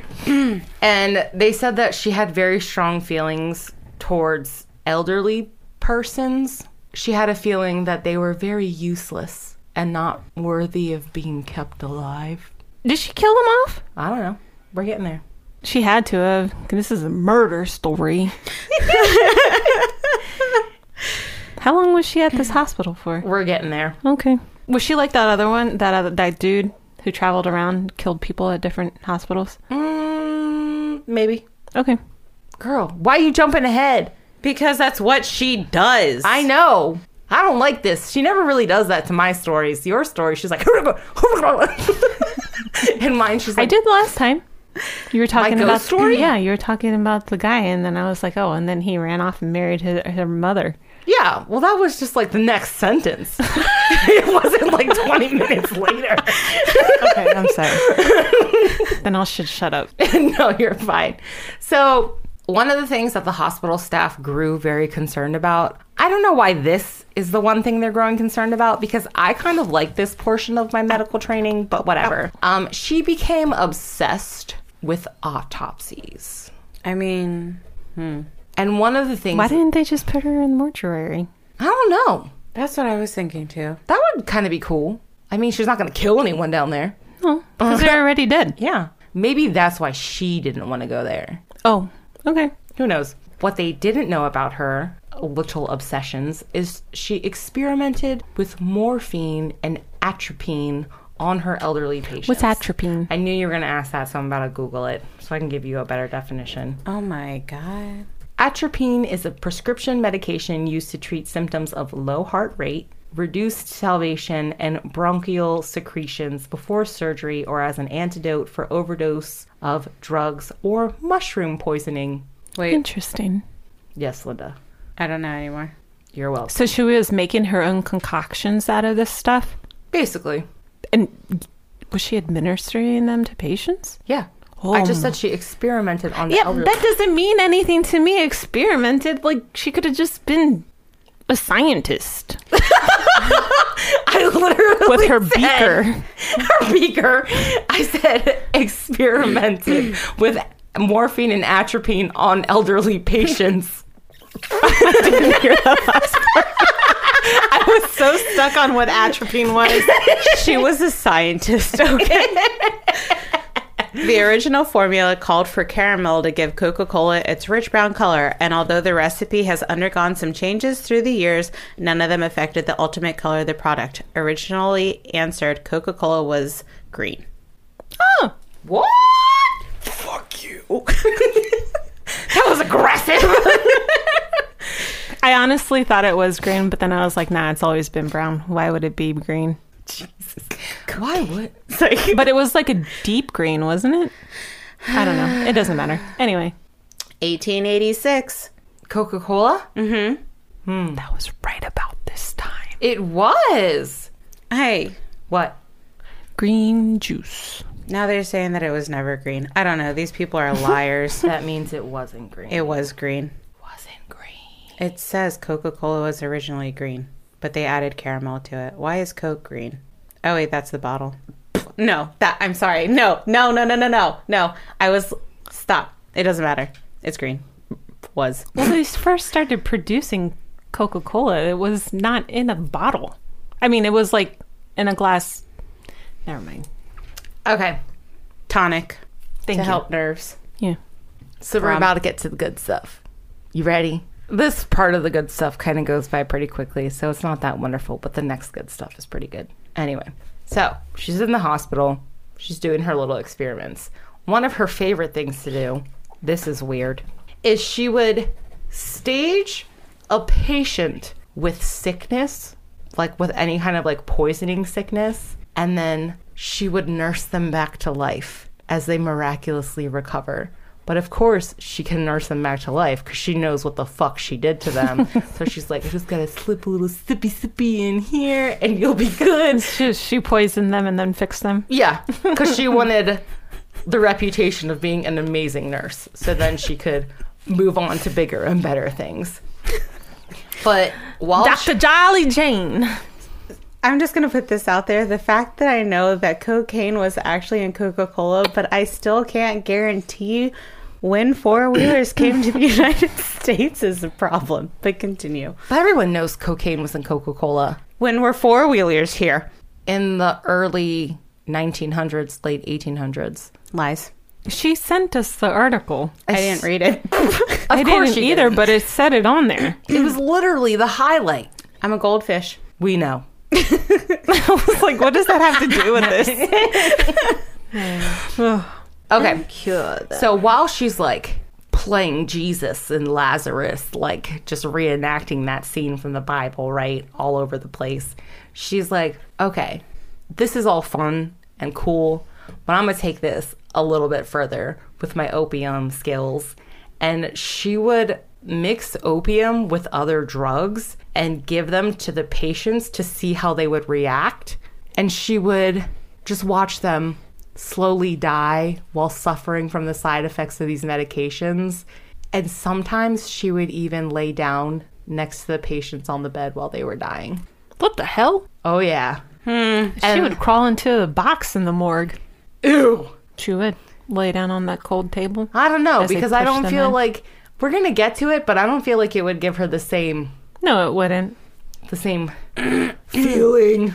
Speaker 4: And they said that she had very strong feelings towards elderly persons. She had a feeling that they were very useless and not worthy of being kept alive.
Speaker 3: Did she kill them off?
Speaker 4: I don't know. We're getting there.
Speaker 3: She had to have. 'cause This is a murder story. How long was she at this hospital for?
Speaker 4: We're getting there.
Speaker 3: Okay. Was she like that other one, that other, that dude who traveled around, killed people at different hospitals?
Speaker 4: Mm, maybe.
Speaker 3: Okay.
Speaker 4: Girl, why you jumping ahead?
Speaker 2: Because that's what she does.
Speaker 4: I know. I don't like this. She never really does that to my stories. Your story, she's like, [laughs] and mine, she's like,
Speaker 3: I did last time. You were talking
Speaker 4: ghost
Speaker 3: about
Speaker 4: story?
Speaker 3: Yeah, you were talking about the guy, and then I was like, oh, and then he ran off and married his, her mother.
Speaker 4: Yeah, well, that was just like the next sentence. [laughs] it wasn't like 20 [laughs] minutes later.
Speaker 3: Okay, I'm sorry. then I should shut
Speaker 4: [laughs]
Speaker 3: up.
Speaker 4: no, you're fine. So, one of the things that the hospital staff grew very concerned about, I don't know why this is the one thing they're growing concerned about because I kind of like this portion of my medical training, but whatever. Um, she became obsessed with autopsies.
Speaker 2: I mean,
Speaker 4: And one of the things,
Speaker 3: Why didn't they just put her in the mortuary?
Speaker 4: I don't know,
Speaker 2: that's what I was thinking too.
Speaker 4: that would kind of be cool. I mean, she's not going to kill anyone down there.
Speaker 3: No, because they're Oh, already dead.
Speaker 4: Yeah. Maybe that's why she didn't want to go there.
Speaker 3: Oh, okay.
Speaker 4: Who knows? What they didn't know about her little obsessions is she experimented with morphine and atropine on her elderly patients.
Speaker 3: What's atropine?
Speaker 4: I knew you were going to ask that, so I'm about to Google it so I can give you a better definition.
Speaker 2: Oh my god.
Speaker 4: Atropine is a prescription medication used to treat symptoms of low heart rate, reduced salivation, and bronchial secretions before surgery or as an antidote for overdose of drugs or mushroom poisoning.
Speaker 2: Wait,
Speaker 3: Interesting.
Speaker 4: Yes, Linda.
Speaker 2: I don't know anymore.
Speaker 4: You're welcome.
Speaker 3: So she was making her own concoctions out of this stuff,
Speaker 4: Basically.
Speaker 3: and was she administering them to patients?
Speaker 4: Yeah.
Speaker 3: Oh
Speaker 4: I just
Speaker 3: my-
Speaker 4: said she experimented on
Speaker 3: Yeah,
Speaker 4: elderly.
Speaker 3: that doesn't mean anything to me. Experimented like she could have just been a scientist
Speaker 4: [laughs] I
Speaker 3: [laughs]
Speaker 4: literally
Speaker 3: with her
Speaker 4: said-
Speaker 3: beaker.
Speaker 4: [laughs] Her beaker. I said experimented with morphine and atropine on elderly patients.
Speaker 3: [laughs]
Speaker 2: [laughs] So stuck on what atropine was. she was a scientist, [laughs] okay? the original formula called for caramel to give Coca Cola its rich brown color, and although the recipe has undergone some changes through the years, none of them affected the ultimate color of the product. Originally answered Coca Cola was green.
Speaker 3: Oh,
Speaker 4: What?
Speaker 3: [laughs]
Speaker 4: Fuck you. that was aggressive.
Speaker 3: I honestly thought it was green, but then I was like, nah, it's always been brown. Why would it be green?
Speaker 4: [laughs] Why would?
Speaker 3: But it was like a deep green, wasn't it? I don't know. It doesn't matter. Anyway,
Speaker 2: 1886.
Speaker 4: Coca Cola?
Speaker 2: Mm-hmm.
Speaker 4: Hmm.
Speaker 3: that was right about this time.
Speaker 4: It was.
Speaker 2: Hey,
Speaker 4: What?
Speaker 3: Green juice.
Speaker 2: now they're saying that it was never green. I don't know. These people are liars.
Speaker 4: That means it wasn't green.
Speaker 2: it was green.
Speaker 4: wasn't green.
Speaker 2: It says Coca Cola was originally green, but they added caramel to it. Why is Coke green? Oh, wait, that's the bottle. [laughs] No, that, I'm sorry. No, no, no, no, no, no, no. I was, stop. It doesn't matter. It's green. Was.
Speaker 3: Well, they first started producing Coca Cola. It was not in a bottle. I mean, it was like in a glass. Never mind.
Speaker 4: Okay.
Speaker 2: Tonic
Speaker 3: Thank
Speaker 2: to
Speaker 3: you.
Speaker 2: help nerves.
Speaker 3: Yeah.
Speaker 4: So we're about to get to the good stuff. You ready? This part of the good stuff kind of goes by pretty quickly, so it's not that wonderful, but the next good stuff is pretty good. Anyway, so she's in the hospital. She's doing her little experiments. One of her favorite things to do, this is weird, is she would stage a patient with sickness, like with any kind of like poisoning sickness, and then she would nurse them back to life as they miraculously recover. But of course, she can nurse them back to life because she knows what the fuck she did to [laughs] them. so she's like, I just gotta slip a little sippy sippy in here and you'll be good.
Speaker 3: She, she poisoned them and then fixed them.
Speaker 4: Yeah, because [laughs] she wanted the reputation of being an amazing nurse. So then she could move on to bigger and better things. But while Oh, she-
Speaker 3: Dr. Jolly Jane.
Speaker 2: I'm just going to put this out there. The fact that I know that cocaine was actually in Coca Cola, but I still can't guarantee when four wheelers came to the [laughs] United States is a problem. But continue.
Speaker 4: but everyone knows cocaine was in Coca Cola
Speaker 2: When were four wheelers here?
Speaker 4: in the early 1900s, late 1800s.
Speaker 2: Lies.
Speaker 3: She sent us the article.
Speaker 2: I didn't read it.
Speaker 3: I
Speaker 4: course
Speaker 3: didn't
Speaker 4: she
Speaker 3: either,
Speaker 4: didn't.
Speaker 3: but it said it on
Speaker 4: [clears throat]
Speaker 3: there.
Speaker 4: It was literally the highlight.
Speaker 2: [laughs] I'm a goldfish.
Speaker 4: We know.
Speaker 2: [laughs] It's like, what does that have to do with this?
Speaker 4: Okay. So while she's like playing Jesus and Lazarus, like just reenacting that scene from the Bible, right? All over the place. She's like, okay, this is all fun and cool, but I'm going to take this a little bit further with my opium skills. And she would mix opium with other drugs and give them to the patients to see how they would react. And she would just watch them slowly die while suffering from the side effects of these medications. And sometimes she would even lay down next to the patients on the bed while they were dying.
Speaker 3: What the hell?
Speaker 4: Oh, yeah.
Speaker 3: Hmm. she would crawl into a box in the morgue.
Speaker 4: Ew.
Speaker 3: She would lay down on that cold table.
Speaker 4: I don't know
Speaker 3: As they
Speaker 4: because I
Speaker 3: push
Speaker 4: don't
Speaker 3: them
Speaker 4: feel
Speaker 3: in.
Speaker 4: like we're going to get to it, but I don't feel like it would give her the same
Speaker 3: No, it wouldn't.
Speaker 2: [coughs]
Speaker 4: the same feeling.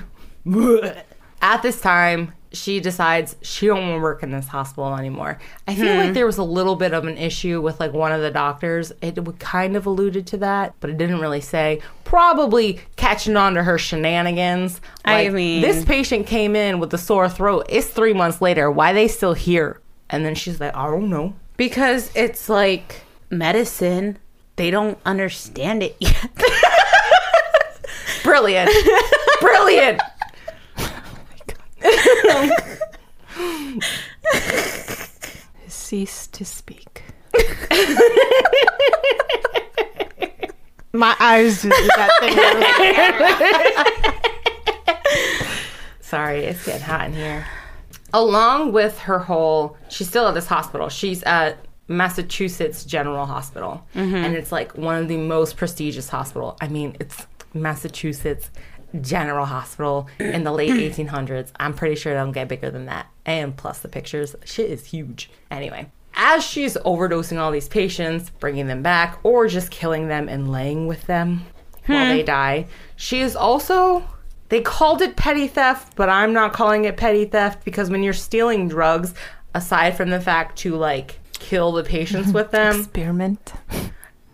Speaker 4: At this time, she decides she don't want to work in this hospital anymore. I feel
Speaker 2: Hmm.
Speaker 4: like there was a little bit of an issue with like one of the doctors. It w- kind of alluded to that, but it didn't really say. Probably catching on to her shenanigans.
Speaker 2: I
Speaker 4: Like,
Speaker 2: mean-
Speaker 4: this patient came in with a sore throat. It's three months later. Why they still here? And then she's like, I
Speaker 2: [laughs]
Speaker 4: don't know.
Speaker 2: [laughs] Because it's like medicine. They don't understand it yet.
Speaker 4: Brilliant, brilliant.
Speaker 3: Cease to speak.
Speaker 6: My eyes just did that thing.
Speaker 4: Sorry, it's getting hot in here. Along with her whole, she's still at this hospital. She's at Massachusetts General Hospital, and it's like one of the most prestigious hospital. I mean, it's Massachusetts General Hospital in the late 1800s. I'm pretty sure it don't get bigger than that. And plus the pictures, shit is huge. Anyway, as she's overdosing all these patients, bringing them back, or just killing them and laying with them while they die, she is also they called it petty theft, but I'm not calling it petty theft because when you're stealing drugs, aside from the fact to like kill the patients with them,
Speaker 3: Experiment.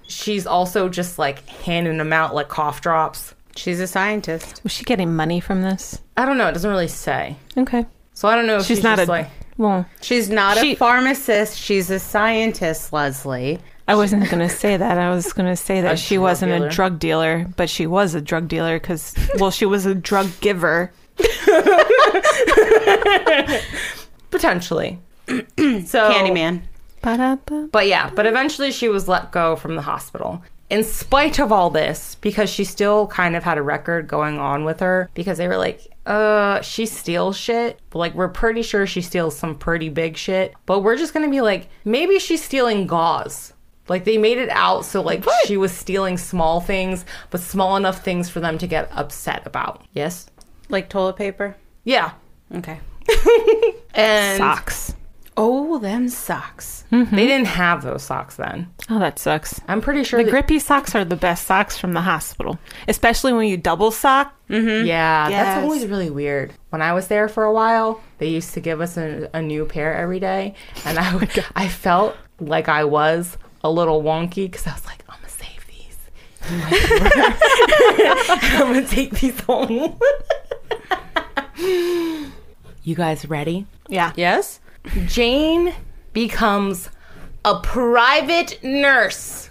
Speaker 4: she's also just like handing them out like cough drops.
Speaker 2: She's a scientist.
Speaker 3: Was she getting money from this?
Speaker 4: I don't know, it doesn't really say.
Speaker 3: Okay.
Speaker 4: So I don't know if she's,
Speaker 3: She's, not a.
Speaker 4: just like
Speaker 3: well,
Speaker 2: She's not
Speaker 3: She-
Speaker 2: a pharmacist. She's a scientist, Leslie.
Speaker 3: I wasn't going to say that. I was going to say that she
Speaker 4: drug
Speaker 3: wasn't
Speaker 4: dealer.
Speaker 3: a drug dealer, but she was a drug dealer because, well, she was a drug giver.
Speaker 4: potentially. [clears throat]
Speaker 2: Oh.
Speaker 4: so
Speaker 2: Candyman.
Speaker 3: Ba-da-ba.
Speaker 4: But yeah, but eventually she was let go from the hospital. In spite of all this, because she still kind of had a record going on with her, because they were like, uh, she steals shit. Like, we're pretty sure she steals some pretty big shit, but we're just gonna be like, maybe she's stealing gauze. Like, they made it out so, like, she was stealing small things, but small enough things for them to get upset about. Yes?
Speaker 2: Like toilet paper.
Speaker 4: Yeah.
Speaker 2: Okay.
Speaker 4: And
Speaker 3: Socks.
Speaker 2: Oh, them socks.
Speaker 4: they didn't have those socks then.
Speaker 3: Oh, that sucks.
Speaker 4: I'm pretty sure.
Speaker 3: The
Speaker 4: that-
Speaker 3: grippy socks are the best socks from the hospital, especially when you double sock.
Speaker 4: Yeah, that's always really weird. When I was there for a while, they used to give us a, a new pair every day, and I would, I felt like I was a little wonky because I was like, I'm gonna save these. I'm gonna take these [laughs] home. [laughs] you guys ready?
Speaker 3: Yeah.
Speaker 2: Yes?
Speaker 4: Jane becomes a private nurse.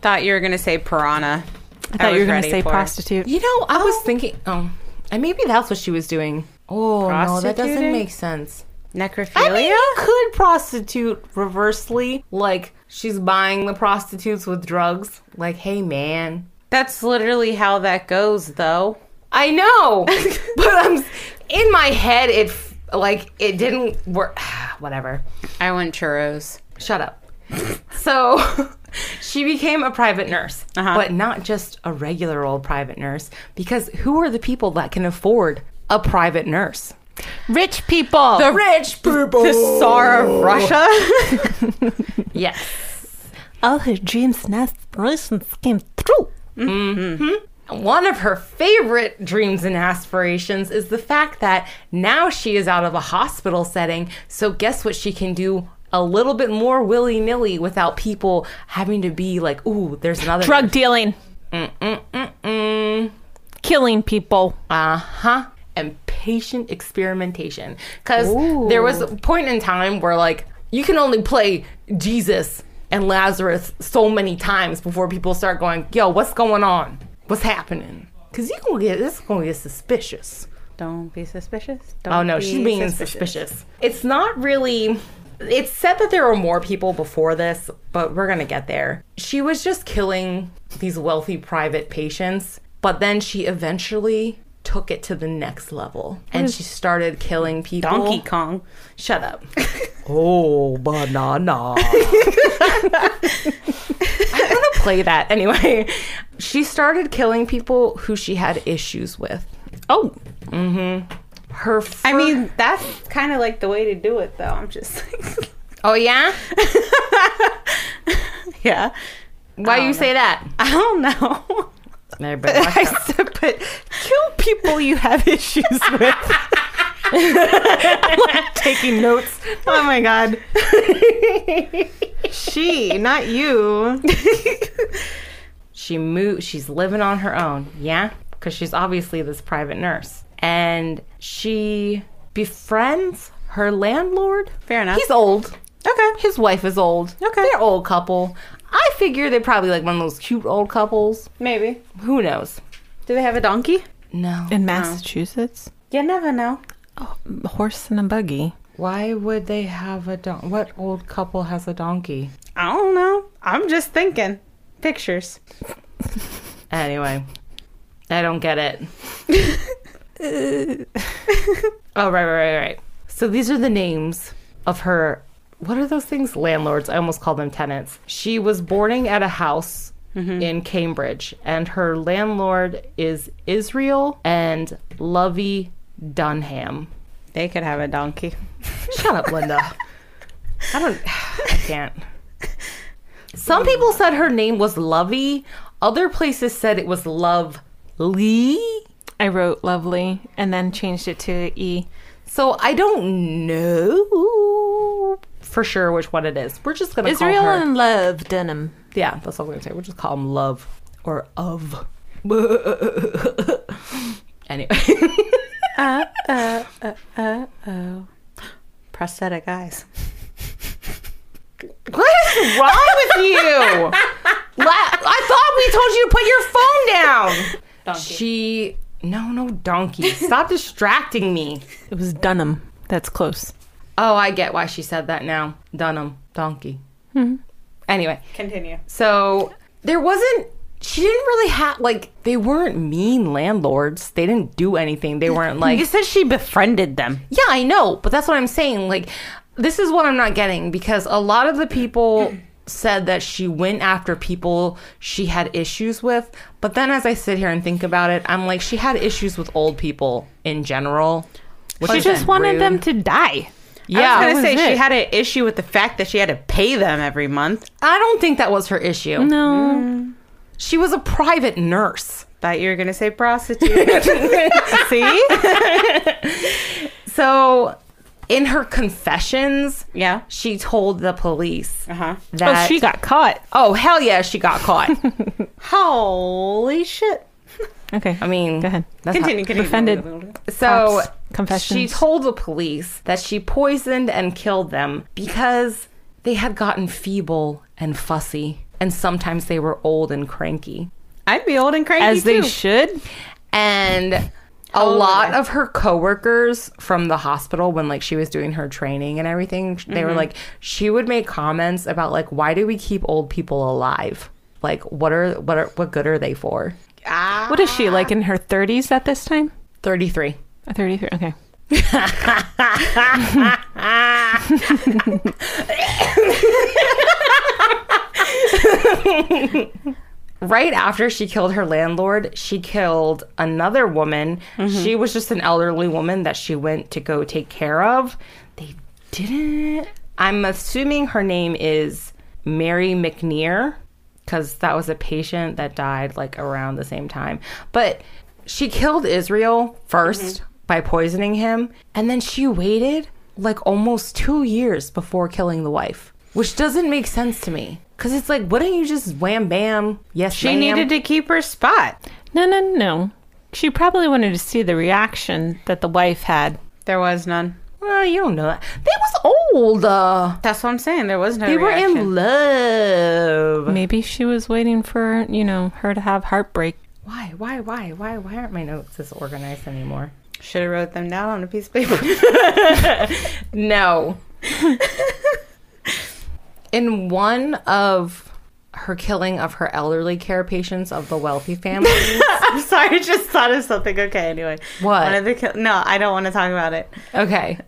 Speaker 2: Thought you were going to say piranha.
Speaker 3: I thought you were
Speaker 2: was
Speaker 3: going to
Speaker 2: ready
Speaker 3: say
Speaker 2: for it.
Speaker 3: prostitute.
Speaker 4: You know, I was thinking, oh, and maybe that's what she was doing. Oh no, that doesn't
Speaker 2: Prostituting?
Speaker 4: make sense.
Speaker 2: Necrophilia?
Speaker 4: I mean, you could prostitute reversely, like she's buying the prostitutes with drugs. Like, hey man,
Speaker 2: That's literally how that goes, though.
Speaker 4: I [laughs] know, but I'm s- in my head. It f- like it didn't work. [sighs] Whatever.
Speaker 2: I want churros.
Speaker 4: Shut up. So [laughs] she became a private nurse,
Speaker 2: Uh-huh.
Speaker 4: but not just a regular old private nurse, because who are the people that can afford a private nurse?
Speaker 3: Rich people.
Speaker 4: The rich people. The Tsar of Russia? [laughs] yes.
Speaker 3: all her dreams and aspirations came true.
Speaker 4: One of her favorite dreams and aspirations is the fact that now she is out of a hospital setting. So, guess what she can do? A little bit more willy nilly without people having to be like, ooh, there's another
Speaker 3: Drug dealing,
Speaker 4: Mm.
Speaker 3: killing people.
Speaker 4: Uh huh. And patient experimentation. Because there was a point in time where, like, you can only play Jesus and Lazarus so many times before people start going, yo, what's going on? What's happening? Because you gonna get this is gonna get suspicious.
Speaker 2: Don't be suspicious. Don't
Speaker 4: Oh no,
Speaker 2: be
Speaker 4: she's being suspicious. It's not really. It's said that there were more people before this, but we're gonna get there. She was just killing these wealthy private patients, but then she eventually took it to the next level and she started killing people.
Speaker 2: Donkey Kong.
Speaker 4: Shut up. oh, [laughs] banana. I'm gonna play that anyway. She started killing people who she had issues with.
Speaker 3: Oh,
Speaker 4: Her
Speaker 2: I mean, that's kind of like the way to do it, though. I'm just [laughs] like,
Speaker 4: Oh [laughs] yeah?
Speaker 2: yeah.
Speaker 4: Why you say that? [laughs]
Speaker 2: I don't know. [laughs]
Speaker 4: Everybody [laughs]
Speaker 3: but kill people you have [laughs] issues with. taking notes.
Speaker 6: Oh my god. she, not you.
Speaker 4: she moved she's living on her own yeah because she's obviously this private nurse and she befriends her landlord
Speaker 2: Fair enough.
Speaker 4: he's old
Speaker 2: Okay.
Speaker 4: his wife is old
Speaker 2: Okay.
Speaker 4: they're old couple i figure they're probably like one of those cute old couples
Speaker 2: Maybe.
Speaker 4: who knows
Speaker 2: Do they have a donkey?
Speaker 4: no
Speaker 3: In Massachusetts,
Speaker 2: You never know.
Speaker 3: horse and a buggy.
Speaker 4: why would they have a donkey what old couple has a donkey
Speaker 2: I don't know. I'm just thinking. Pictures.
Speaker 4: Anyway, I don't get it. oh, right, right, right, right. So these are the names of her. What are those things? Landlords. I almost call them tenants. She was boarding at a house in Cambridge, and her landlord is Israel and Lovey Dunham.
Speaker 2: They could have a donkey.
Speaker 4: Shut up,
Speaker 3: [laughs]
Speaker 4: Linda. I don't. I can't. Some people said her name was Lovey. Other places said it was Love Lee.
Speaker 3: I wrote lovely and then changed it to E.
Speaker 4: So I don't know for sure which one it is. We're just gonna
Speaker 3: Israel
Speaker 4: call her.
Speaker 3: and love denim.
Speaker 4: yeah, that's all we're gonna say. We'll just call him Love or Of. [laughs] anyway. [laughs]
Speaker 2: Prosthetic eyes.
Speaker 4: What is wrong with you? La- I thought we told you to put your phone down. She. No, no, donkey. Stop distracting me.
Speaker 3: It was Dunham. That's close.
Speaker 4: Oh, I get why she said that now. Dunham, donkey. Anyway,
Speaker 2: Continue.
Speaker 4: so there wasn't. She didn't really have. Like, they weren't mean landlords. They didn't do anything. They weren't like.
Speaker 2: You said she befriended them.
Speaker 4: Yeah, I know, but that's what I'm saying. Like, this is what I'm not getting because a lot of the people [clears throat] said that she went after people she had issues with. But then as I sit here and think about it, I'm like, she had issues with old people in general. which
Speaker 3: She
Speaker 4: is
Speaker 3: just wanted
Speaker 4: rude.
Speaker 3: them to die.
Speaker 4: Yeah,
Speaker 2: I was gonna
Speaker 3: That was
Speaker 2: say
Speaker 3: it.
Speaker 2: she had an issue with the fact that she had to pay them every month.
Speaker 4: I don't think that was her issue.
Speaker 3: No.
Speaker 4: She was a private nurse.
Speaker 2: Thought you were gonna say [laughs] prostitute. See?
Speaker 4: So in her confessions,
Speaker 2: Yeah.
Speaker 4: she told the police
Speaker 2: Uh-huh.
Speaker 4: that
Speaker 3: oh, she got caught.
Speaker 4: Oh, hell yeah, she
Speaker 3: [laughs]
Speaker 4: got caught.
Speaker 2: Holy shit.
Speaker 3: Okay.
Speaker 4: I mean,
Speaker 3: Go ahead.
Speaker 4: that's how-
Speaker 2: Continue, continue. [laughs]
Speaker 3: Befriended.
Speaker 4: So
Speaker 3: Cops, confessions.
Speaker 4: She told the police that she poisoned and killed them because they had gotten feeble and fussy, and sometimes they were old and cranky.
Speaker 2: I'd be old and cranky
Speaker 3: as they
Speaker 2: too.
Speaker 3: should.
Speaker 4: and a
Speaker 3: Oh
Speaker 4: lot of her coworkers from the hospital when like she was doing her training and everything they
Speaker 3: Mm-hmm.
Speaker 4: were like she would make comments about like why do we keep old people alive like what are what are what good are they for
Speaker 3: What is she like in her 30s at this time?
Speaker 4: 33
Speaker 3: Uh, 33. Okay.
Speaker 4: right after she killed her landlord, she killed another woman. She was just an elderly woman that she went to go take care of. They didn't. I'm assuming her name is Mary McNear because that was a patient that died like around the same time. But she killed Israel 1st by poisoning him, and then she waited like almost two years before killing the wife, which doesn't make sense to me. Cause it's like, wouldn't you just wham bam? Yes,
Speaker 2: She needed to keep her spot.
Speaker 3: No, no, no. She probably wanted to see the reaction that the wife had.
Speaker 2: There was none.
Speaker 4: Well, you don't know that. They was old. Uh,
Speaker 2: That's what I'm saying. There was no.
Speaker 4: they were
Speaker 2: reaction.
Speaker 4: in love.
Speaker 3: Maybe she was waiting for, you know, her to have heartbreak.
Speaker 4: Why? Why? Why? Why? Why aren't my notes as organized anymore?
Speaker 2: Should have wrote them down on a piece of paper. [laughs]
Speaker 4: No. in one of her killing of her elderly care patients of the wealthy family,
Speaker 2: I'm sorry. I just thought of something. Okay. Anyway.
Speaker 4: What?
Speaker 2: One of the kill- no, I don't want to talk about it.
Speaker 4: Okay.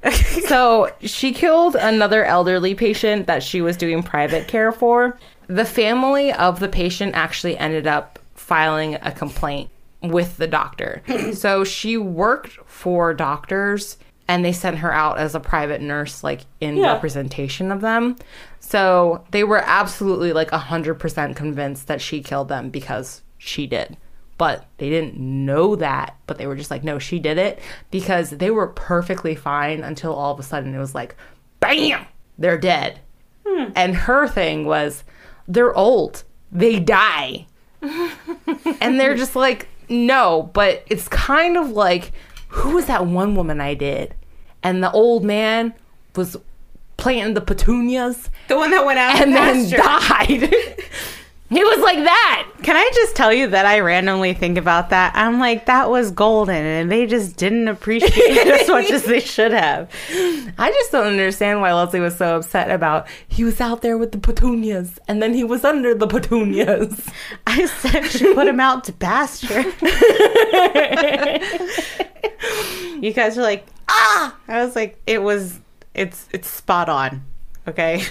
Speaker 4: so she killed another elderly patient that she was doing private care for. The family of the patient actually ended up filing a complaint with the doctor. so she worked for doctors and they sent her out as a private nurse, like in representation of them. So they were absolutely like 100% convinced that she killed them because she did but they didn't know that but they were just like no she did it because they were perfectly fine until all of a sudden it was like bam they're dead
Speaker 2: Hmm.
Speaker 4: and her thing was they're old
Speaker 2: [laughs]
Speaker 4: they die and they're just like no but it's kind of like who was that one woman i did and the old man was planting the petunias
Speaker 2: The one that went out
Speaker 4: and then
Speaker 2: pasture.
Speaker 4: died [laughs] he was like that
Speaker 2: [laughs] Can I just tell you that I randomly think about that? I'm like, that was golden, and they just didn't appreciate it as much as they should have.
Speaker 4: I just don't understand why Leslie was so upset about he was out there with the petunias and then he was under the petunias.
Speaker 2: [laughs] I said she put him out to [laughs] pasture. you guys were like, ah! I was like, it was, it's, it's spot on. Okay.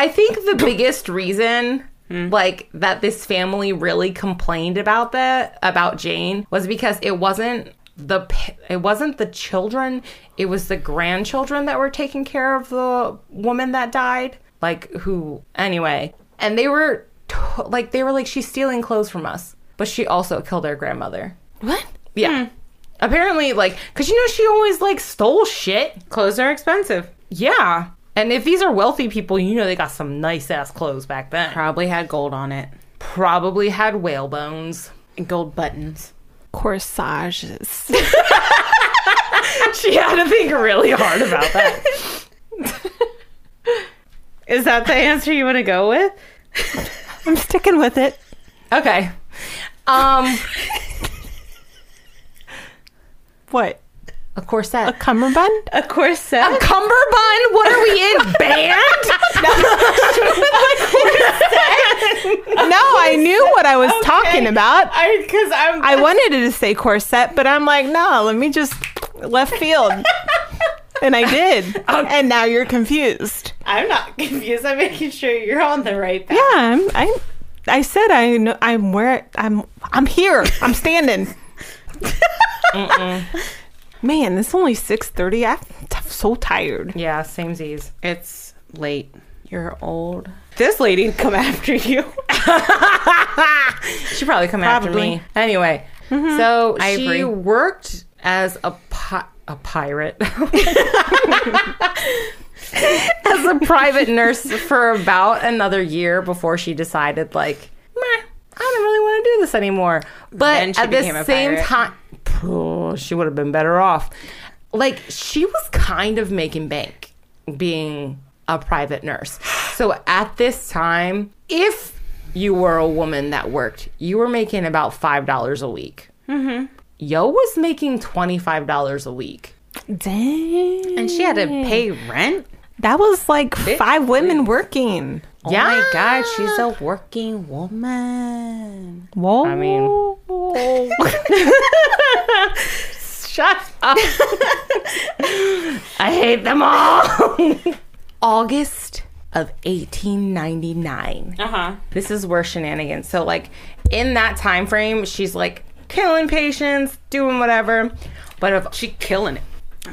Speaker 4: I think the biggest reason like that this family really complained about that about Jane was because it wasn't the pa- it wasn't the children, it was the grandchildren that were taking care of the woman that died, like who anyway. And they were to- like they were like she's stealing clothes from us, but she also killed our grandmother.
Speaker 3: What?
Speaker 4: Yeah. Hmm. Apparently, like, because you know, she always, like, stole shit.
Speaker 2: Clothes are expensive.
Speaker 4: Yeah. And if these are wealthy people, you know they got some nice ass clothes back then.
Speaker 2: Probably had gold on it
Speaker 4: Probably had whale bones.
Speaker 2: and gold buttons.
Speaker 3: Corsages.
Speaker 4: [laughs] She had to think really hard about that. [laughs]
Speaker 2: Is that the answer you want to go with?
Speaker 3: I'm sticking with it.
Speaker 4: okay. Um,
Speaker 3: What?
Speaker 4: of course that.
Speaker 3: Cummerbund?
Speaker 2: A corset.
Speaker 4: Cumberbund? What are we [laughs] in? Band?
Speaker 3: [laughs] No, I knew what I was talking about.
Speaker 2: I, cause I'm,
Speaker 3: I wanted to say corset, but I'm like, no, let me just left [laughs] field. and I did. And now you're confused.
Speaker 2: I'm not confused. I'm making sure you're on the right path.
Speaker 3: Yeah, I'm, I I said I know I'm where I'm I'm here. I'm standing. [laughs] Man, it's only 6:30. I'm t- so tired.
Speaker 4: yeah, same Z's.
Speaker 2: It's late. You're old. This lady can
Speaker 3: [laughs]
Speaker 2: come after you.
Speaker 4: She probably come after
Speaker 2: Probably. Mm-hmm.
Speaker 4: me. Anyway, so
Speaker 2: I
Speaker 4: she
Speaker 2: agree.
Speaker 4: worked as a pi- a pirate, [laughs] [laughs] as a private nurse for about another year before she decided, like, Meh, I don't really want to do this anymore.
Speaker 2: Then
Speaker 4: But
Speaker 2: she
Speaker 4: at the
Speaker 2: became a
Speaker 4: same
Speaker 2: pirate.
Speaker 4: time, Phew, she would have been better off. Like she was kind of making bank being a private nurse. So at this time, if you were a woman that worked, you were making about five dollars a week.
Speaker 2: Mm-hmm.
Speaker 4: Yo was making twenty five dollars a week.
Speaker 3: Dang.
Speaker 2: And she had to pay rent.
Speaker 3: That was like five women working.
Speaker 4: yeah,
Speaker 2: Oh my God, she's a working woman.
Speaker 3: Whoa.
Speaker 4: I mean, [laughs] shut up. [laughs] I hate them all. [laughs] August of 1899. Uh huh. This is where shenanigans. So, like, in that time frame, she's like killing patients, doing whatever. But of
Speaker 2: She killing it.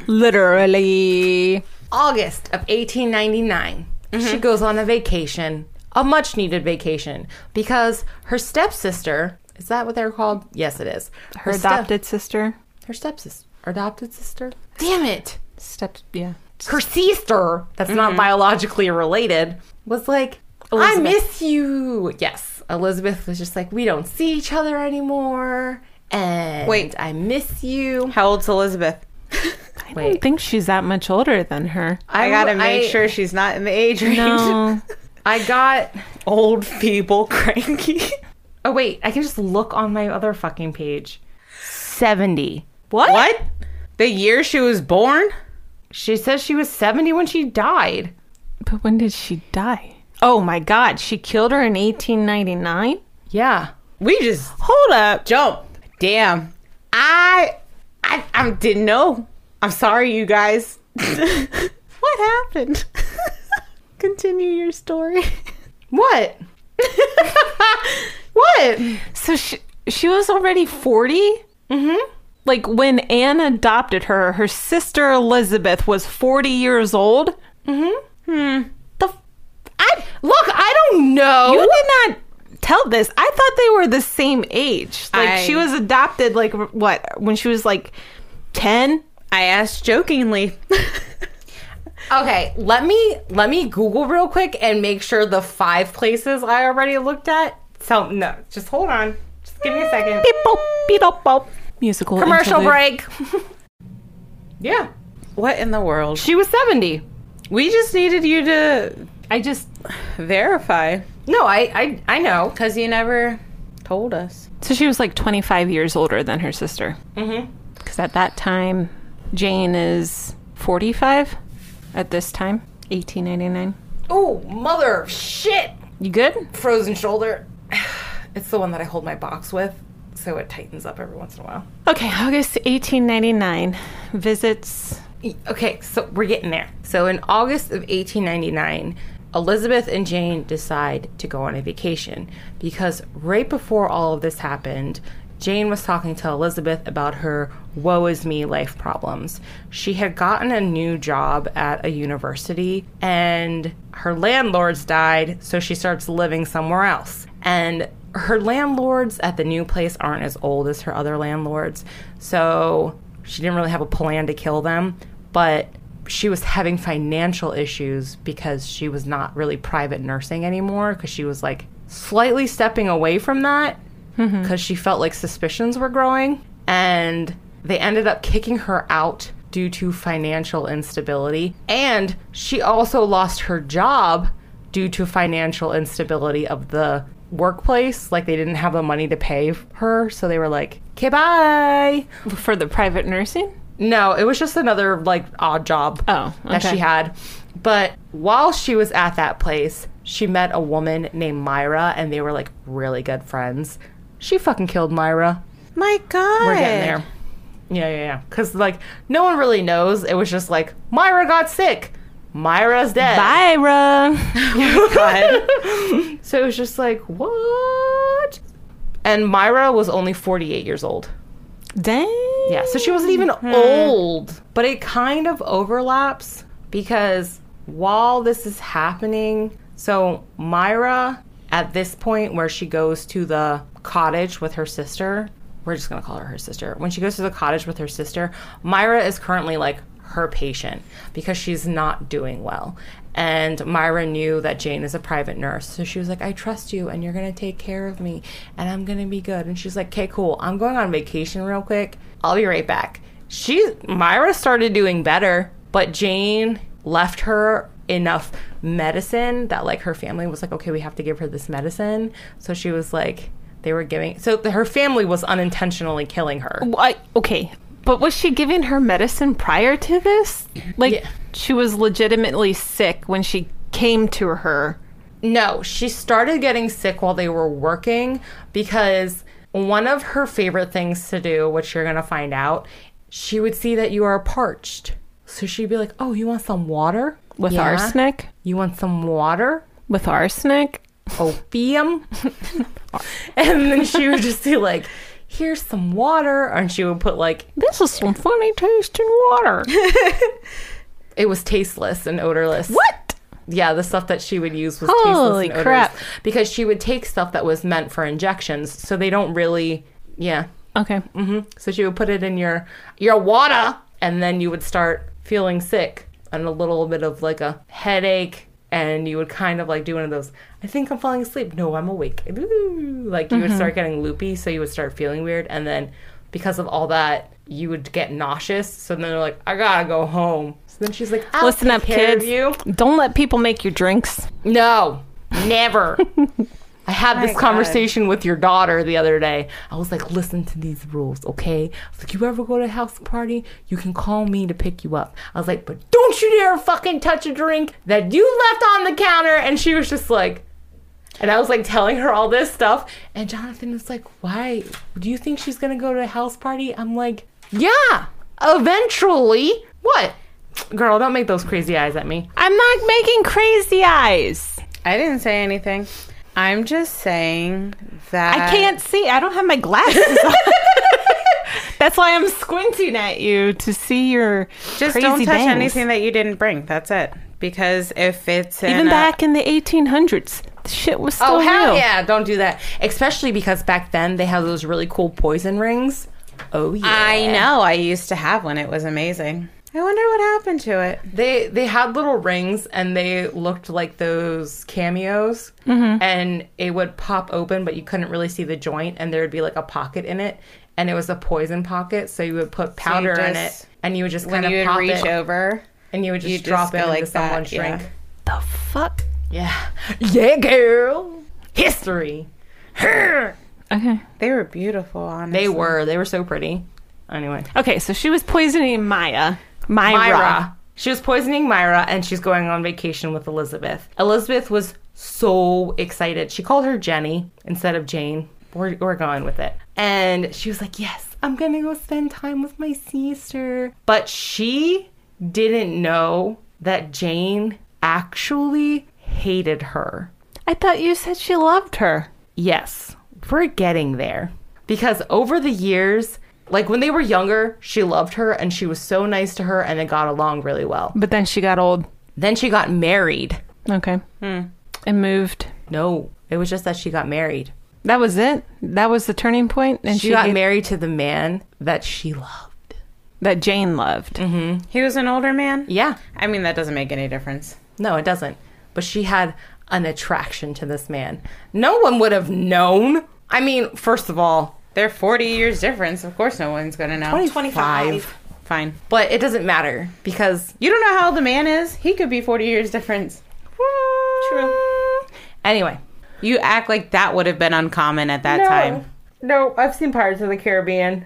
Speaker 3: literally.
Speaker 4: August of 1899, she goes on a vacation, a much needed vacation, because her stepsister. Is that what they're called? Yes, it is.
Speaker 3: Her
Speaker 4: step-
Speaker 3: adopted sister.
Speaker 4: her stepsister, her adopted sister. Damn it,
Speaker 3: Step. Yeah.
Speaker 4: her sister that's not biologically related was like, I miss you. Yes, Elizabeth was just like, we don't see each other anymore, and
Speaker 2: Wait.
Speaker 4: I miss you.
Speaker 2: How old's Elizabeth?
Speaker 3: I don't think she's that much older than her.
Speaker 2: I, gotta make
Speaker 4: I-
Speaker 2: sure she's not in the age range.
Speaker 3: No.
Speaker 4: I got.
Speaker 2: [laughs] Old, feeble, cranky.
Speaker 4: Oh wait, I can just look on my other fucking page. Seventy.
Speaker 2: What? What? The year she was born?
Speaker 4: She says she was 70 when she died.
Speaker 3: but when did she die? Oh my God. She killed her in 1899?
Speaker 4: Yeah.
Speaker 2: We just
Speaker 3: Hold up.
Speaker 2: jump. Damn. I I I didn't know. I'm sorry you guys. [laughs] what happened? [laughs] Continue your story.
Speaker 4: What? what?
Speaker 3: So she, she was already 40? Mm hmm.
Speaker 2: Mm-hmm.
Speaker 3: Like when Anne adopted her, her sister Elizabeth was 40 years old? Mm hmm. Hmm.
Speaker 2: Mm-hmm.
Speaker 3: The. f- I.
Speaker 4: Look, I don't
Speaker 2: Oh.
Speaker 4: know.
Speaker 3: You did not tell this. I thought they were the same age. Like
Speaker 2: I-
Speaker 3: she was adopted like what when she was like 10?
Speaker 2: I asked jokingly.
Speaker 4: okay, let me let me Google real quick and make sure the five places I already looked at. So no, just hold on. Just give me a second.
Speaker 3: Beep boop, beep boop, boop. Musical
Speaker 4: Commercial
Speaker 3: interlude.
Speaker 4: break. [laughs] yeah.
Speaker 2: what in the world?
Speaker 4: She was 70.
Speaker 2: We just needed you to
Speaker 4: I just
Speaker 2: verify
Speaker 4: No, I I I know.
Speaker 2: cuz you never told us.
Speaker 3: So she was like 25 years older than her sister. Mm-hmm. Because at that time, Jane is 45 at this time, 1899.
Speaker 4: Oh, mother of shit.
Speaker 3: You good?
Speaker 4: Frozen shoulder. [sighs] It's the one that I hold my box with, so it tightens up every once in a while.
Speaker 3: Okay, August 1899. Visits.
Speaker 4: Okay, so we're getting there. So in August of 1899, Elizabeth and Jane decide to go on a vacation because right before all of this happened, Jane was talking to Elizabeth about her woe is me life problems. She had gotten a new job at a university and her landlords died, so she starts living somewhere else. And her landlords at the new place aren't as old as her other landlords, so she didn't really have a plan to kill them, but she was having financial issues because she was not really private nursing anymore because she was like slightly stepping away from that because she felt like suspicions were growing and they ended up kicking her out due to financial instability and she also lost her job due to financial instability of the workplace like they didn't have the money to pay her so they were like okay bye
Speaker 3: For the private nursing?
Speaker 4: no, it was just another like odd job
Speaker 3: Oh,
Speaker 4: that
Speaker 3: okay.
Speaker 4: she had. But while she was at that place, she met a woman named Myra and they were like really good friends. She fucking killed Myra.
Speaker 2: My god.
Speaker 4: We're getting there. Yeah, yeah, yeah. Cuz like no one really knows. It was just like Myra got sick. Myra's dead.
Speaker 3: Ira.
Speaker 4: So it was just like, "What?" And Myra was only 48 years old.
Speaker 3: Dang.
Speaker 4: Yeah, so she wasn't even old, but it kind of overlaps because while this is happening, so Myra, at this point where she goes to the cottage with her sister, we're just gonna call her her sister. When she goes to the cottage with her sister, Myra is currently like her patient because she's not doing well. And Myra knew that Jane is a private nurse. So she was like, I trust you and you're going to take care of me and I'm going to be good. And she's like, okay, cool. I'm going on vacation real quick. I'll be right back. She, Myra started doing better, but Jane left her enough medicine that like her family was like, okay, we have to give her this medicine. So she was like, they were giving. So her family was unintentionally killing her.
Speaker 3: I, okay, but was she given her medicine prior to this? Like
Speaker 4: Yeah.
Speaker 3: she was legitimately sick when she came to her.
Speaker 4: No, she started getting sick while they were working because one of her favorite things to do, which you're going to find out, she would see that you are parched. So she'd be like, Oh, you want some water?
Speaker 3: With
Speaker 4: Yeah.
Speaker 3: arsenic?
Speaker 4: You want some water?
Speaker 3: With arsenic?
Speaker 4: Opium? [laughs] and then she would just be like, Here's some water. And she would put like,
Speaker 3: This is some funny tasting water.
Speaker 4: it was tasteless and odorless.
Speaker 3: what?
Speaker 4: Yeah, the stuff that she would use was
Speaker 3: Holy
Speaker 4: tasteless and
Speaker 3: crap.
Speaker 4: odorless because she would take stuff that was meant for injections, so they don't really, yeah.
Speaker 3: Okay.
Speaker 4: hmm So she would put it in your your water, and then you would start feeling sick and a little bit of like a headache, and you would kind of like do one of those. I think I'm falling asleep. No, I'm awake. Ooh. Like you would
Speaker 3: Mm-hmm.
Speaker 4: start getting loopy, so you would start feeling weird, and then because of all that, you would get nauseous. So then they're like, I gotta go home. So then she's like, I'll
Speaker 3: Listen
Speaker 4: take
Speaker 3: up,
Speaker 4: care of
Speaker 3: kids.
Speaker 4: You.
Speaker 3: Don't let people make your drinks.
Speaker 4: No, never. I had this conversation with your daughter the other day. I was like, listen to these rules, okay? I was like, you ever go to a house party, you can call me to pick you up. I was like, but don't you dare fucking touch a drink that you left on the counter. And she was just like, and I was like telling her all this stuff. And Jonathan was like, why? Do you think she's gonna go to a house party? I'm like, yeah, eventually. What? Girl, don't make those crazy eyes at me.
Speaker 3: I'm not making crazy eyes.
Speaker 2: I didn't say anything. I'm just saying that
Speaker 3: I can't see. I don't have my glasses on. [laughs] That's why I'm squinting at you to see your
Speaker 2: just
Speaker 3: crazy
Speaker 2: don't touch
Speaker 3: bangs.
Speaker 2: anything that you didn't bring. That's it. Because if it's in
Speaker 3: Even
Speaker 2: a-
Speaker 3: back in the 1800s, the shit was still
Speaker 4: Oh hell
Speaker 3: real.
Speaker 4: yeah! Don't do that, especially because back then they had those really cool poison rings. Oh yeah,
Speaker 2: I know. I used to have one. It was amazing. I wonder what happened to it.
Speaker 4: they they had little rings and they looked like those cameos,
Speaker 2: Mm-hmm.
Speaker 4: and it would pop open, but you couldn't really see the joint, and there would be like a pocket in it, and it was a poison pocket, so you would put powder in
Speaker 2: just-
Speaker 4: it, and you would just
Speaker 2: When
Speaker 4: kind
Speaker 2: you
Speaker 4: of
Speaker 2: would
Speaker 4: pop
Speaker 2: reach
Speaker 4: it,
Speaker 2: over,
Speaker 4: and you would just
Speaker 2: you'd just
Speaker 4: drop
Speaker 2: go
Speaker 4: it into
Speaker 2: like that,
Speaker 4: someone's
Speaker 2: yeah.
Speaker 4: drink.
Speaker 3: The fuck?
Speaker 4: Yeah, [laughs] yeah, girl, history.
Speaker 3: Okay.
Speaker 2: they were beautiful. Honestly,
Speaker 4: They were they were so pretty. Anyway.
Speaker 3: Okay, so she was poisoning Maya. Myra.
Speaker 4: Myra. She was poisoning Myra and she's going on vacation with Elizabeth. Elizabeth was so excited. She called her Jenny instead of Jane. We're, we're going with it. And she was like, Yes, I'm going to go spend time with my sister. But she didn't know that Jane actually hated her.
Speaker 3: I thought you said she loved her.
Speaker 4: Yes, we're getting there. Because over the years, like when they were younger, she loved her and she was so nice to her and they got along really well.
Speaker 3: But then she got old.
Speaker 4: Then she got married.
Speaker 3: Okay. And moved.
Speaker 4: No, it was just that she got married.
Speaker 3: That was it. That was the turning point, and
Speaker 4: She,
Speaker 3: she,
Speaker 4: got
Speaker 3: gave-
Speaker 4: married to the man that she loved.
Speaker 3: that Jane loved.
Speaker 2: He was an older man.
Speaker 4: Yeah.
Speaker 2: I mean, that doesn't make any difference.
Speaker 4: No, it doesn't. But she had an attraction to this man. No one would have known. I mean, first of all,
Speaker 2: They're forty years difference. Of course, no one's gonna know.
Speaker 4: 25.
Speaker 2: Fine.
Speaker 4: But it doesn't matter because
Speaker 2: You don't know how old the man is. He could be forty years difference. True.
Speaker 4: anyway.
Speaker 2: You act like that would have been uncommon at that time.
Speaker 4: No, I've seen Pirates of the Caribbean.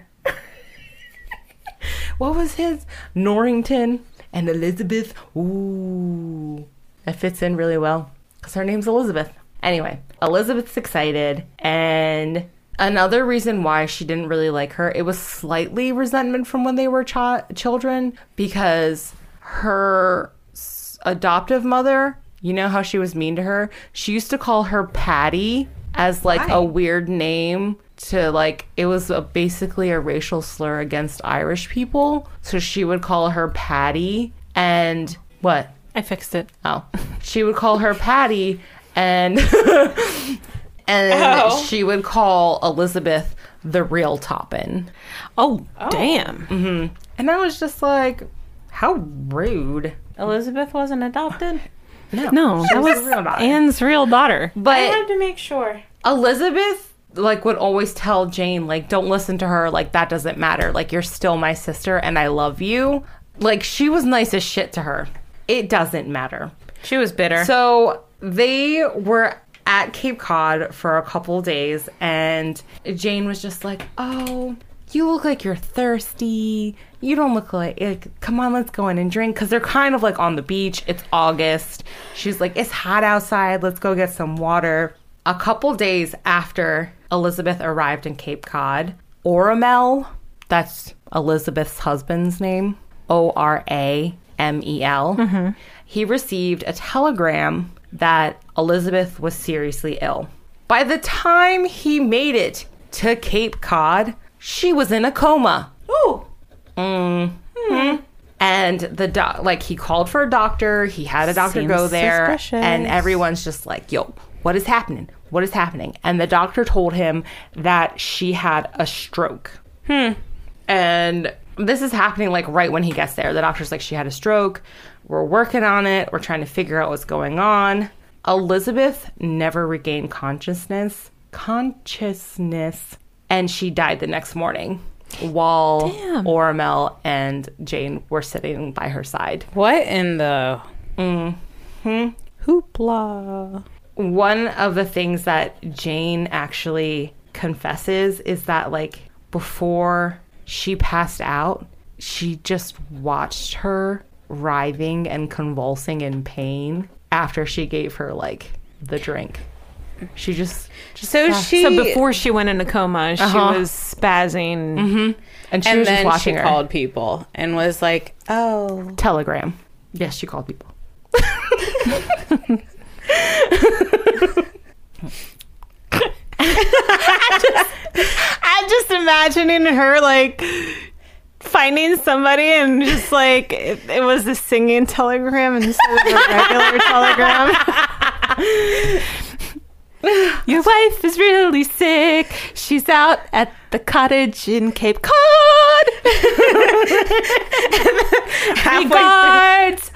Speaker 4: [laughs] what was his? Norrington and Elizabeth. Ooh. That fits in really well because her name's Elizabeth. Anyway, Elizabeth's excited. And another reason why she didn't really like her, it was slightly resentment from when they were chi- children because her s- adoptive mother, you know how she was mean to her? She used to call her Patty as like a weird name to like it was a, basically a racial slur against Irish people. So she would call her Patty and what?
Speaker 3: I fixed it.
Speaker 4: Oh, [laughs] she would call her Patty, and [laughs] and
Speaker 3: Oh.
Speaker 4: she would call Elizabeth the real Toppin.
Speaker 3: Oh, damn!
Speaker 4: And I was just like, how rude.
Speaker 2: Elizabeth wasn't adopted.
Speaker 3: No, that was
Speaker 4: real daughter.
Speaker 3: Anne's real daughter.
Speaker 4: But
Speaker 2: to make sure.
Speaker 4: Elizabeth like would always tell Jane like don't listen to her like that doesn't matter like you're still my sister and I love you. Like she was nice as shit to her. It doesn't matter.
Speaker 2: She was bitter.
Speaker 4: So they were at Cape Cod for a couple days, and Jane was just like, "Oh, you look like you're thirsty. You don't look like. like come on, let's go in and drink." Because they're kind of like on the beach. It's August. She's like, "It's hot outside. Let's go get some water." A couple days after Elizabeth arrived in Cape Cod, Oramel, that's Elizabeth's husband's name, O R A M E L, he received a telegram that Elizabeth was seriously ill. By the time he made it to Cape Cod, she was in a coma. Ooh. Mm. And the doc, like he called for a doctor. He had a doctor go there, and everyone's just like, "Yo, what is happening? What is happening?" And the doctor told him that she had a stroke. Hmm. And this is happening like right when he gets there. The doctor's like, "She had a stroke. We're working on it. We're trying to figure out what's going on." Elizabeth never regained consciousness. Consciousness and she died the next morning while Oramel and Jane were sitting by her side.
Speaker 2: what in the
Speaker 3: Hoopla.
Speaker 4: One of the things that Jane actually confesses is that like before she passed out, she just watched her writhing and convulsing in pain after she gave her like the drink. She just, just
Speaker 2: So she
Speaker 3: So before she Uh-huh. went into coma, she was spazzing.
Speaker 4: and she
Speaker 2: and
Speaker 4: was just
Speaker 2: then
Speaker 4: watching
Speaker 2: she
Speaker 4: her
Speaker 2: called people and was like, "Oh,
Speaker 4: telegram. Yes, she called people.
Speaker 3: I'm just imagining her like finding somebody and just like it, it was a singing telegram instead [laughs] of a regular [laughs] telegram. Your wife is really sick. She's out at the cottage in Cape Cod. Regards,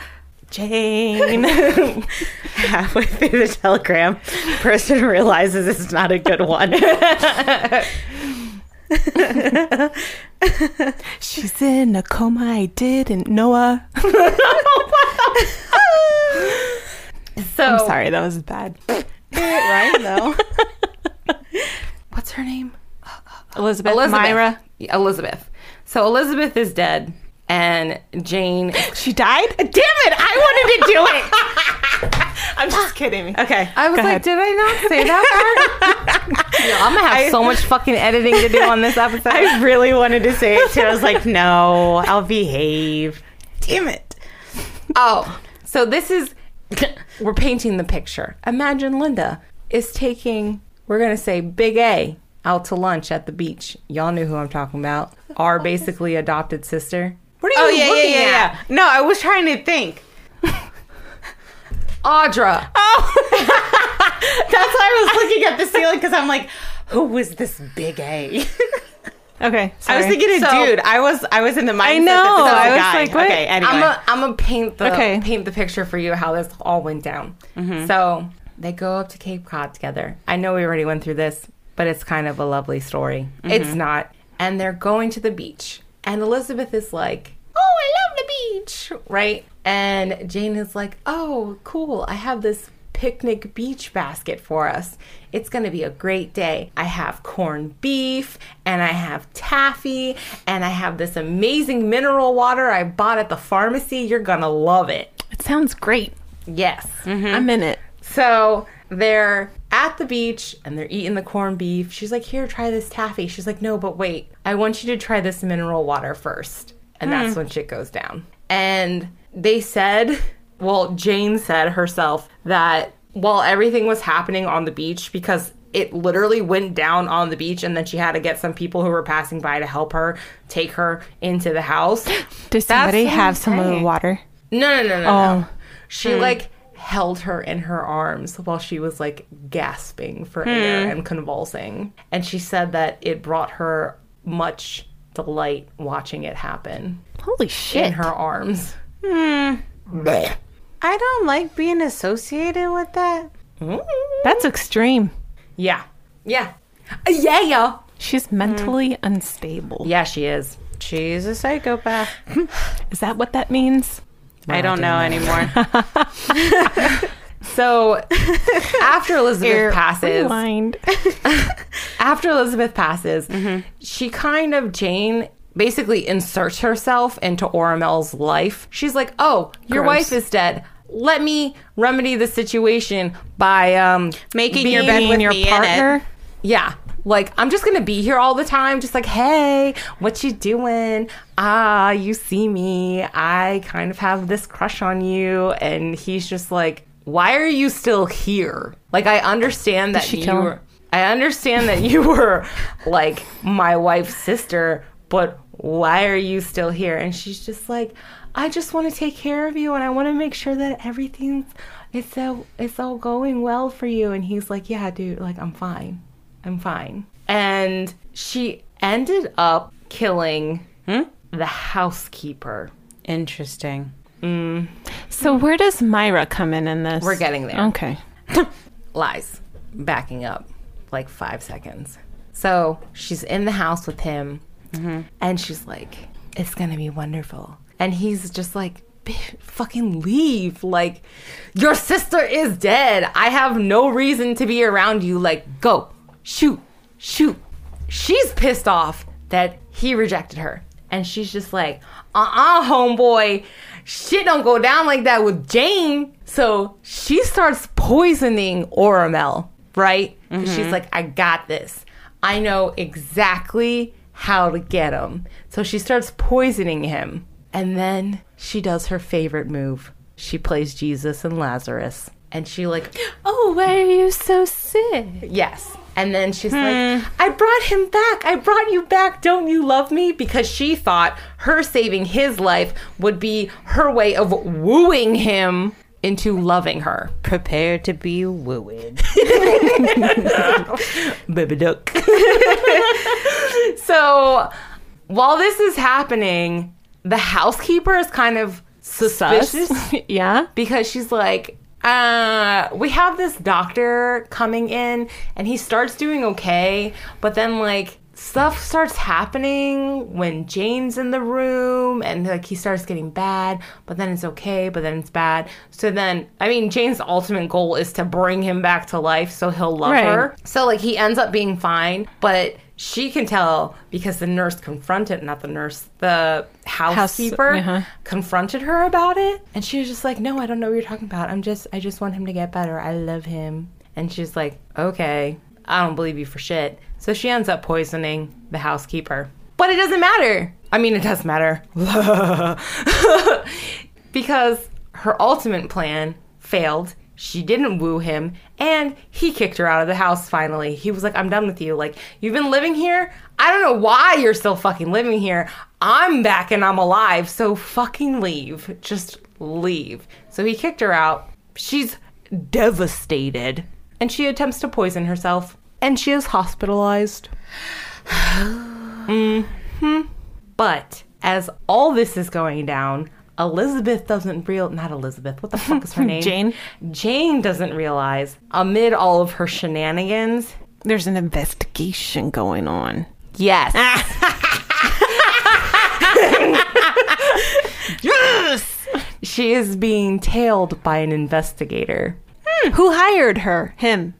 Speaker 3: Jane.
Speaker 2: halfway through the telegram, person realizes it's not a good one."
Speaker 3: She's in a coma. I didn't, Noah.
Speaker 4: So
Speaker 3: I'm sorry, that was bad.
Speaker 2: Oh. right though.
Speaker 4: What's her name?
Speaker 3: Elizabeth,
Speaker 4: Elizabeth.
Speaker 3: Myra.
Speaker 4: Elizabeth. So Elizabeth is dead, and Jane.
Speaker 3: She died? Damn it! I wanted to do it. [laughs] I'm just kidding.
Speaker 2: Okay.
Speaker 4: I was like, did I not say that? [laughs] part? Yo, I'm gonna have so much fucking editing to do on this episode. [laughs]
Speaker 2: I really wanted to say it too. I was like, no, I'll behave. Damn it.
Speaker 4: oh, so this is [laughs] we're painting the picture. Imagine Linda is taking. We're gonna say Big A out to lunch at the beach. Y'all knew who I'm talking about. Our basically adopted sister. What are
Speaker 2: Oh
Speaker 4: you
Speaker 2: yeah, yeah,
Speaker 4: looking
Speaker 2: yeah,
Speaker 4: at?
Speaker 2: yeah. No, I was trying to think.
Speaker 4: Audra.
Speaker 2: Oh.
Speaker 4: [laughs]
Speaker 2: [laughs] That's why I was looking at the ceiling because I'm like, who was this big A?
Speaker 3: Okay,
Speaker 2: I was thinking a
Speaker 4: So-
Speaker 2: dude. I was I was in the mindset.
Speaker 3: know,
Speaker 2: That this was a
Speaker 3: I was
Speaker 2: guy.
Speaker 3: like, what?
Speaker 2: Okay, anyway.
Speaker 4: I'm a, I'm gonna paint the
Speaker 3: Okay.
Speaker 4: paint the picture for you how this all went down. So they go up to Cape Cod together. I know we already went through this, but it's kind of a lovely story. It's not, and they're going to the beach, and Elizabeth is like, "Oh, I love the beach," right? And Jane is like, "Oh, cool! I have this." Picnic beach basket for us. It's going to be a great day. I have corned beef and I have taffy and I have this amazing mineral water I bought at the pharmacy. You're going to love it.
Speaker 3: it sounds great.
Speaker 4: Yes.
Speaker 3: I'm in it.
Speaker 4: So they're at the beach and they're eating the corned beef. She's like, Here, try this taffy. She's like, No, but wait, I want you to try this mineral water first. And that's when shit goes down. And they said, [laughs] Well, Jane said herself that while everything was happening on the beach, because it literally went down on the beach, and then she had to get some people who were passing by to help her take her into the house.
Speaker 3: Does somebody have some of the water?
Speaker 4: No, no, no, no. no. She like held her in her arms while she was like gasping for air and convulsing. And she said that it brought her much delight watching it happen
Speaker 3: Holy
Speaker 4: in
Speaker 3: shit!
Speaker 4: her arms.
Speaker 2: I don't like being associated with that.
Speaker 3: That's extreme.
Speaker 4: Hmm? Yeah. Yeah. Uh, Yeah, yeah.
Speaker 3: She's mentally unstable.
Speaker 4: Yeah, she is.
Speaker 2: She's a psychopath.
Speaker 3: Is that what that means?
Speaker 2: I don't know anymore. [laughs]
Speaker 4: So after Elizabeth passes,
Speaker 3: [laughs] Blind.
Speaker 4: [laughs] after Elizabeth passes, she kind of Jane basically inserts herself into Oramel's life. She's like, "Oh, your
Speaker 3: Gross.
Speaker 4: wife is dead. Let me remedy the situation by um
Speaker 2: Making your bed with
Speaker 3: your
Speaker 2: me in it.
Speaker 3: partner.
Speaker 4: yeah." Like I'm just gonna be here all the time, just like, hey, what you doing? Ah, you see me. I kind of have this crush on you, and he's just like, why are you still here? Like I understand that
Speaker 3: she
Speaker 4: you
Speaker 3: kill him?
Speaker 4: were- I understand that you [laughs] were like my wife's sister, but why are you still here? And she's just like, I just want to take care of you and I want to make sure that everything's it's so it's all going well for you. And he's like, Yeah, dude, like I'm fine. I'm fine. And she ended up killing the housekeeper.
Speaker 2: Interesting.
Speaker 3: So where does Myra come in in this?
Speaker 4: We're getting there.
Speaker 3: Okay.
Speaker 4: lies backing up like five seconds so she's in the house with him and she's like it's gonna be wonderful and he's just like "Bitch, fucking leave like your sister is dead i have no reason to be around you like go shoot shoot she's pissed off that he rejected her and she's just like uh-uh homeboy shit don't go down like that with jane so she starts poisoning oramel right 'Cause she's like i got this i know exactly how to get him so she starts poisoning him and then she does her favorite move she plays jesus and lazarus and she like [gasps]
Speaker 3: Oh, why are you so sick? Hmm.
Speaker 4: Yes. And then she's like, I brought him back. I brought you back. Don't you love me? Because she thought her saving his life would be her way of wooing him into loving her.
Speaker 2: Prepare to be wooed.
Speaker 4: Baby duck. so while this is happening, the housekeeper is kind of suspicious.
Speaker 3: [laughs] yeah.
Speaker 4: because she's like, uh, we have this doctor coming in and he starts doing okay, but then like stuff starts happening when Jane's in the room and like he starts getting bad, but then it's okay, but then it's bad. So then, I mean, Jane's ultimate goal is to bring him back to life so he'll love
Speaker 3: Right.
Speaker 4: her. So like he ends up being fine, but she can tell because the nurse confronted, not the nurse, the housekeeper
Speaker 3: uh-huh.
Speaker 4: confronted her about it and she was just like no i don't know what you're talking about i'm just i just want him to get better i love him and she's like okay i don't believe you for shit so she ends up poisoning the housekeeper but it doesn't matter i mean it does matter [laughs] because her ultimate plan failed she didn't woo him and he kicked her out of the house finally he was like i'm done with you like you've been living here i don't know why you're still fucking living here i'm back and i'm alive so fucking leave just leave so he kicked her out she's devastated and she attempts to poison herself and she is hospitalized But as all this is going down, Elizabeth doesn't real not Elizabeth. What the fuck is
Speaker 3: [laughs]
Speaker 4: her name?
Speaker 3: Jane?
Speaker 4: Jane doesn't realize amid all of her shenanigans.
Speaker 3: There's an investigation going on.
Speaker 4: Yes.
Speaker 3: Ah.
Speaker 4: yes. She is being tailed by an investigator.
Speaker 3: Hmm. Who hired her? Him.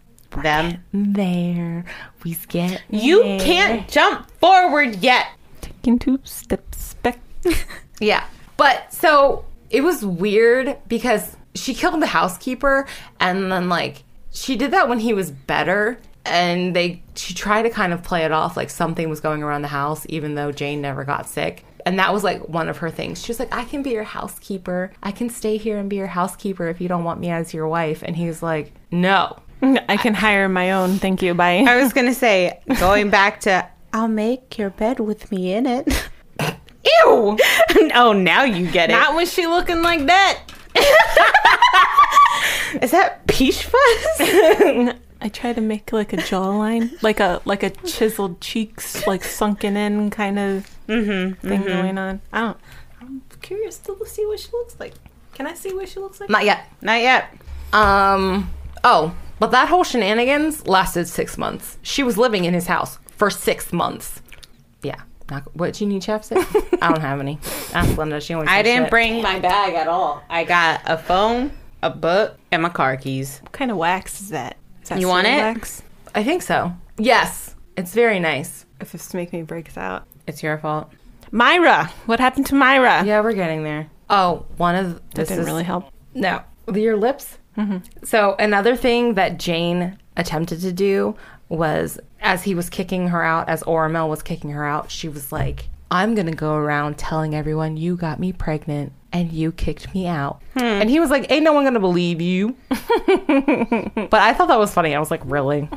Speaker 2: Them.
Speaker 4: There, we get
Speaker 2: You can't jump forward yet.
Speaker 3: Taking two steps back. [laughs]
Speaker 4: Yeah. But so it was weird because she killed the housekeeper and then like she did that when he was better and they she tried to kind of play it off like something was going around the house even though Jane never got sick. And that was like one of her things. She was like, I can be your housekeeper. I can stay here and be your housekeeper if you don't want me as your wife. And he's like, No.
Speaker 3: I can hire my own. Thank you. Bye.
Speaker 2: I was gonna say, going back to I'll make your bed with me in it. [laughs] Ew! [laughs] oh, now you get it.
Speaker 3: Not was she looking like that.
Speaker 2: Is that peach [laughs] fuzz?
Speaker 3: I try to make like a jawline, like a like a chiseled cheeks, like sunken in kind of thing going on. I don't. I'm curious to see what she looks like. Can I see what she looks like?
Speaker 4: Not yet.
Speaker 2: Not yet.
Speaker 4: Um. Oh, but that whole shenanigans lasted six months. She was living in his house for six months. Yeah. Knock, what, do you need
Speaker 2: [laughs]
Speaker 4: chapstick? I don't have any. Ask Linda. She only
Speaker 2: I didn't bring my bag at all. I got a phone, a book, and my car keys.
Speaker 3: What kind of wax is that? Is that
Speaker 2: You want
Speaker 3: soy
Speaker 2: it?
Speaker 3: Wax?
Speaker 4: I think so. Yes. It's very nice.
Speaker 6: If this make me breaks out.
Speaker 2: It's your fault.
Speaker 3: Myra. What happened to Myra?
Speaker 4: Yeah, we're getting there. Oh, one of this
Speaker 3: Didn't
Speaker 4: is,
Speaker 3: really help.
Speaker 4: No, your lips. So another thing that Jane attempted to do was, as he was kicking her out, as Oramel was kicking her out, she was like, "I'm gonna go around telling everyone you got me pregnant and you kicked me out." And he was like, "Ain't no one gonna believe you." but I thought that was funny. I was like, "Really?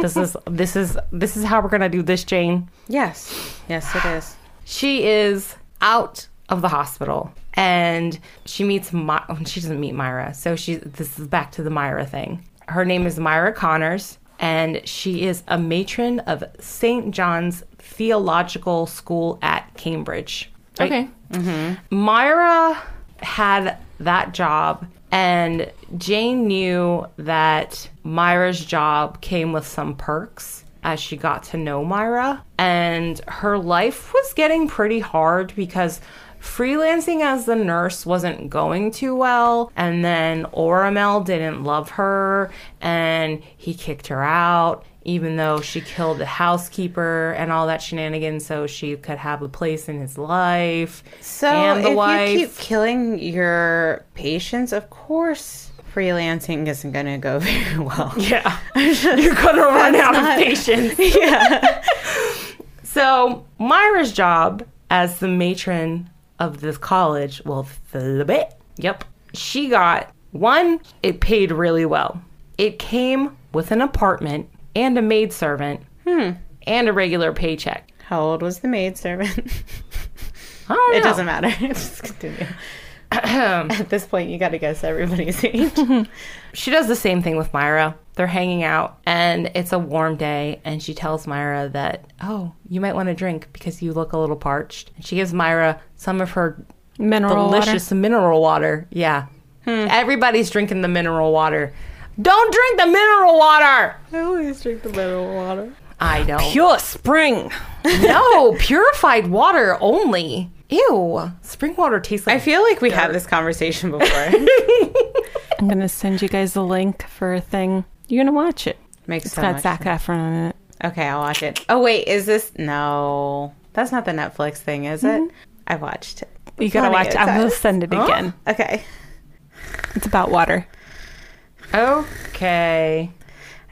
Speaker 4: this is this is this is how we're gonna do this, Jane?"
Speaker 2: Yes. Yes, it is.
Speaker 4: She is out of the hospital and she meets My- oh, she doesn't meet Myra. So she this is back to the Myra thing. Her name is Myra Connors and she is a matron of St. John's Theological School at Cambridge. Right?
Speaker 3: Okay.
Speaker 4: Myra had that job, and Jane knew that Myra's job came with some perks as she got to know Myra. And her life was getting pretty hard because freelancing as the nurse wasn't going too well. And then Oramel didn't love her, and he kicked her out. Even though she killed the housekeeper and all that shenanigans, so she could have a place in his life.
Speaker 2: So
Speaker 4: and the
Speaker 2: if
Speaker 4: wife.
Speaker 2: you keep [laughs] killing your patients, of course freelancing isn't going to go [laughs] very well.
Speaker 4: yeah, you're gonna run out of patience.
Speaker 2: yeah.
Speaker 4: So Myra's job as the matron of this college, well, flip it. Yep, she got one. It paid really well. It came with an apartment and a maidservant and a regular paycheck.
Speaker 2: How old was the maid servant? [laughs]
Speaker 4: I don't
Speaker 2: It
Speaker 4: know.
Speaker 2: doesn't matter. [laughs] Just [clears throat] continue. At this point, you got to guess everybody's [laughs] age.
Speaker 4: she does the same thing with Myra. They're hanging out and it's a warm day and she tells Myra that, "Oh, you might want to drink because you look a little parched." And she gives Myra some of her
Speaker 3: Mineral
Speaker 4: delicious mineral water. Yeah.
Speaker 2: Hmm.
Speaker 4: Everybody's drinking the mineral water. Don't drink the mineral water.
Speaker 2: I always drink the mineral water. [laughs]
Speaker 4: I know.
Speaker 3: Pure spring.
Speaker 4: no, purified water only. Ew. Spring water tastes like
Speaker 2: I feel like we had this conversation [laughs] before.
Speaker 3: I'm gonna send you guys a link for a thing. You're gonna watch it.
Speaker 2: Makes
Speaker 3: It's
Speaker 2: so
Speaker 3: got
Speaker 2: much
Speaker 3: Zac Efron in it.
Speaker 2: Okay, I'll watch it. Oh wait, is this no? That's not the Netflix thing, is it? I watched it.
Speaker 3: You gotta watch. it. I will send it again.
Speaker 2: Okay.
Speaker 3: It's about water.
Speaker 4: Okay.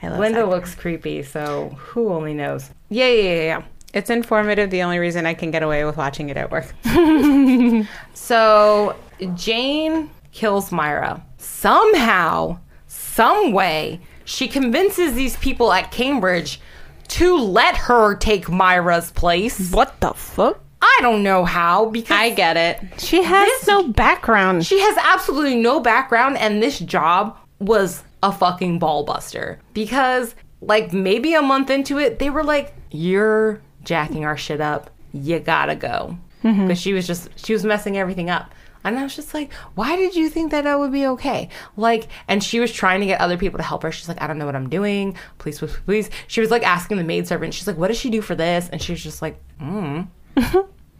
Speaker 2: I love
Speaker 4: Linda
Speaker 2: Linda.
Speaker 4: looks creepy, so who only knows. Yeah, yeah, yeah, yeah.
Speaker 2: It's informative. The only reason I can get away with watching it at work. [laughs]
Speaker 4: So Jane kills Myra. Somehow, some way, she convinces these people at Cambridge to let her take Myra's place.
Speaker 3: What the fuck?
Speaker 4: I don't know how because
Speaker 2: I get it.
Speaker 3: She has no background.
Speaker 4: she has absolutely no background and this job was a fucking ball buster because like maybe a month into it they were like you're jacking our shit up you gotta go because she was just she was messing everything up and i was just like why did you think that that would be okay like and she was trying to get other people to help her she's like i don't know what i'm doing please please please she was like asking the maidservant she's like what does she do for this and she was just like mm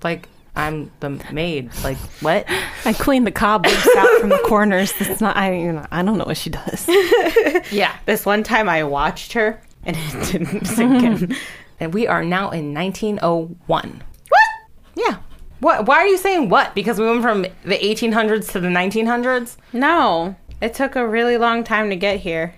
Speaker 4: like i'm the maid like what
Speaker 3: I cleaned the cobwebs out [laughs] from the corners. It's not. I. You know, I don't know what she does.
Speaker 4: yeah
Speaker 2: This one time I watched her and it [laughs] didn't sink
Speaker 3: [laughs]
Speaker 2: in.
Speaker 4: and we are now in 1901. What? Yeah. What? Why are you saying what? Because we went from the 1800s to the 1900s.
Speaker 2: No, it took a really long time to get here.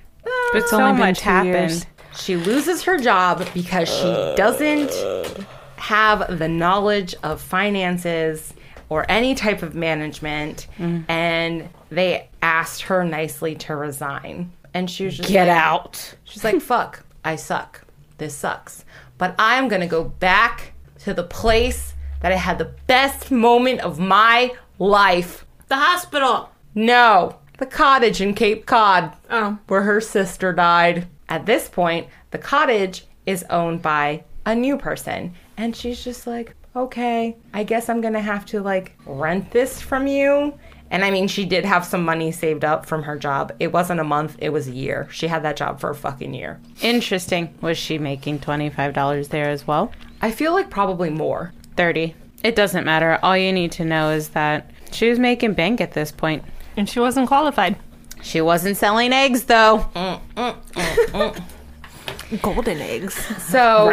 Speaker 2: But so
Speaker 3: Oh. only been
Speaker 2: much
Speaker 3: two
Speaker 2: happened.
Speaker 3: years.
Speaker 4: She loses her job because she doesn't have the knowledge of finances or any type of management, and they asked her nicely to resign, and she was just
Speaker 2: Get
Speaker 4: like,
Speaker 2: out.
Speaker 4: She's like, fuck, I suck. This sucks. But I'm going to go back to the place that I had the best moment of my life.
Speaker 6: The hospital.
Speaker 4: No, the cottage in Cape Cod,
Speaker 6: Oh.
Speaker 4: where her sister died. At this point, the cottage is owned by a new person. And she's just like, okay, I guess I'm going to have to like rent this from you. And I mean, she did have some money saved up from her job. It wasn't a month, it was a year. She had that job for a fucking year.
Speaker 2: Interesting. Was she making $25 there as well?
Speaker 4: I feel like probably more.
Speaker 2: 30. It doesn't matter. All you need to know is that she was making bank at this point.
Speaker 3: And she wasn't qualified.
Speaker 2: She wasn't selling eggs, though.
Speaker 6: Golden eggs.
Speaker 4: So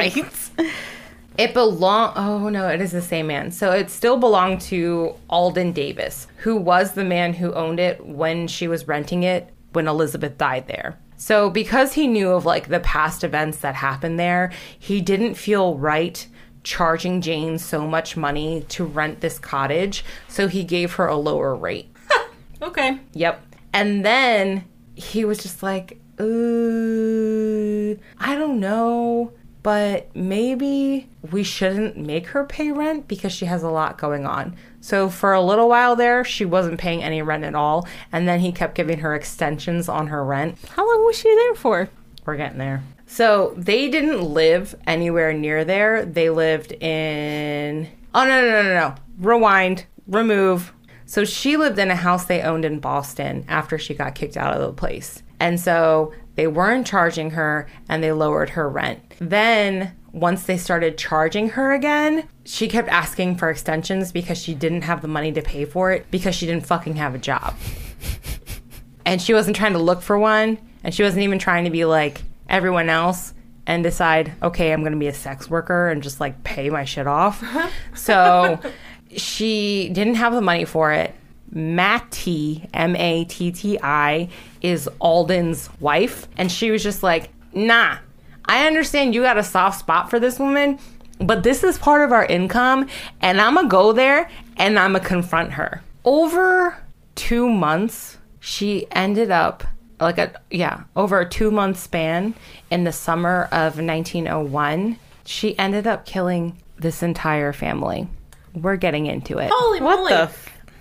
Speaker 4: It belong. Oh no, it is the same man. So it still belonged to Alden Davis, who was the man who owned it when she was renting it when Elizabeth died there. So because he knew of like the past events that happened there, he didn't feel right charging Jane so much money to rent this cottage, so he gave her a lower rate.
Speaker 6: Okay.
Speaker 4: Yep. And then he was just like, ooh, I don't know, but maybe we shouldn't make her pay rent because she has a lot going on. So for a little while there, she wasn't paying any rent at all. And then he kept giving her extensions on her rent.
Speaker 3: How long was she there for?
Speaker 4: We're getting there. So they didn't live anywhere near there. They lived in. Oh, no, no, no, no, no. Rewind, remove. So she lived in a house they owned in Boston after she got kicked out of the place. And so they weren't charging her and they lowered her rent. Then, once they started charging her again, she kept asking for extensions because she didn't have the money to pay for it because she didn't fucking have a job and she wasn't trying to look for one and she wasn't even trying to be like everyone else and decide okay i'm going to be a sex worker and just like pay my shit off so she didn't have the money for it matty m-a-t-t-i is alden's wife and she was just like nah i understand you got a soft spot for this woman but this is part of our income and i'm gonna go there and i'm gonna confront her over two months she ended up like a yeah over a two month span in the summer of 1901 she ended up killing this entire family we're getting into it
Speaker 6: Holy what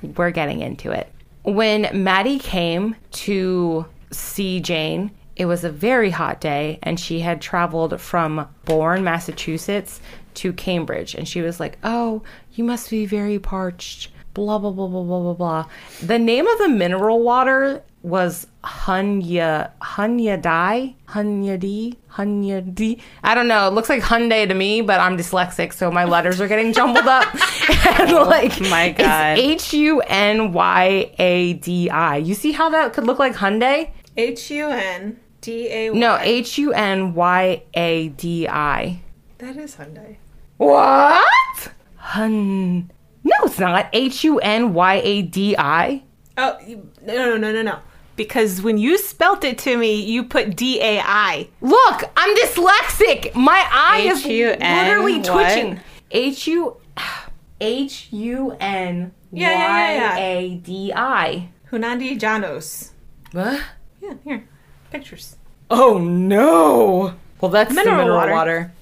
Speaker 6: moly.
Speaker 4: we're getting into it when maddie came to see jane it was a very hot day and she had traveled from bourne massachusetts to cambridge and she was like oh you must be very parched blah blah blah blah blah blah blah. The name of the mineral water was Hunya Hunyadai Hunyadi Hunyadi. I don't know. It looks like Hyundai to me, but I'm dyslexic, so my letters are getting jumbled up. [laughs] and like
Speaker 2: my God.
Speaker 4: H U N Y A D I. You see how that could look like Hyundai?
Speaker 6: H U N D A Y.
Speaker 4: No, H U N Y A D I.
Speaker 6: That is Hyundai.
Speaker 4: What? Hun. No, it's not. H U N Y A D I.
Speaker 6: Oh, you- no, no, no, no, no.
Speaker 3: Because when you spelt it to me, you put D A I.
Speaker 4: Look, I'm dyslexic. My eye is
Speaker 2: H-U-N
Speaker 4: literally
Speaker 2: what?
Speaker 4: twitching. H U [sighs] H U N
Speaker 6: Yeah, yeah,
Speaker 4: Y
Speaker 6: yeah, yeah.
Speaker 4: A D I.
Speaker 6: Hunandi Janos.
Speaker 4: What?
Speaker 6: Yeah, here. Pictures.
Speaker 4: Oh no! Well, that's
Speaker 6: Mineral
Speaker 4: the mineral
Speaker 6: water.
Speaker 4: water.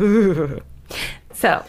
Speaker 4: Ooh. so,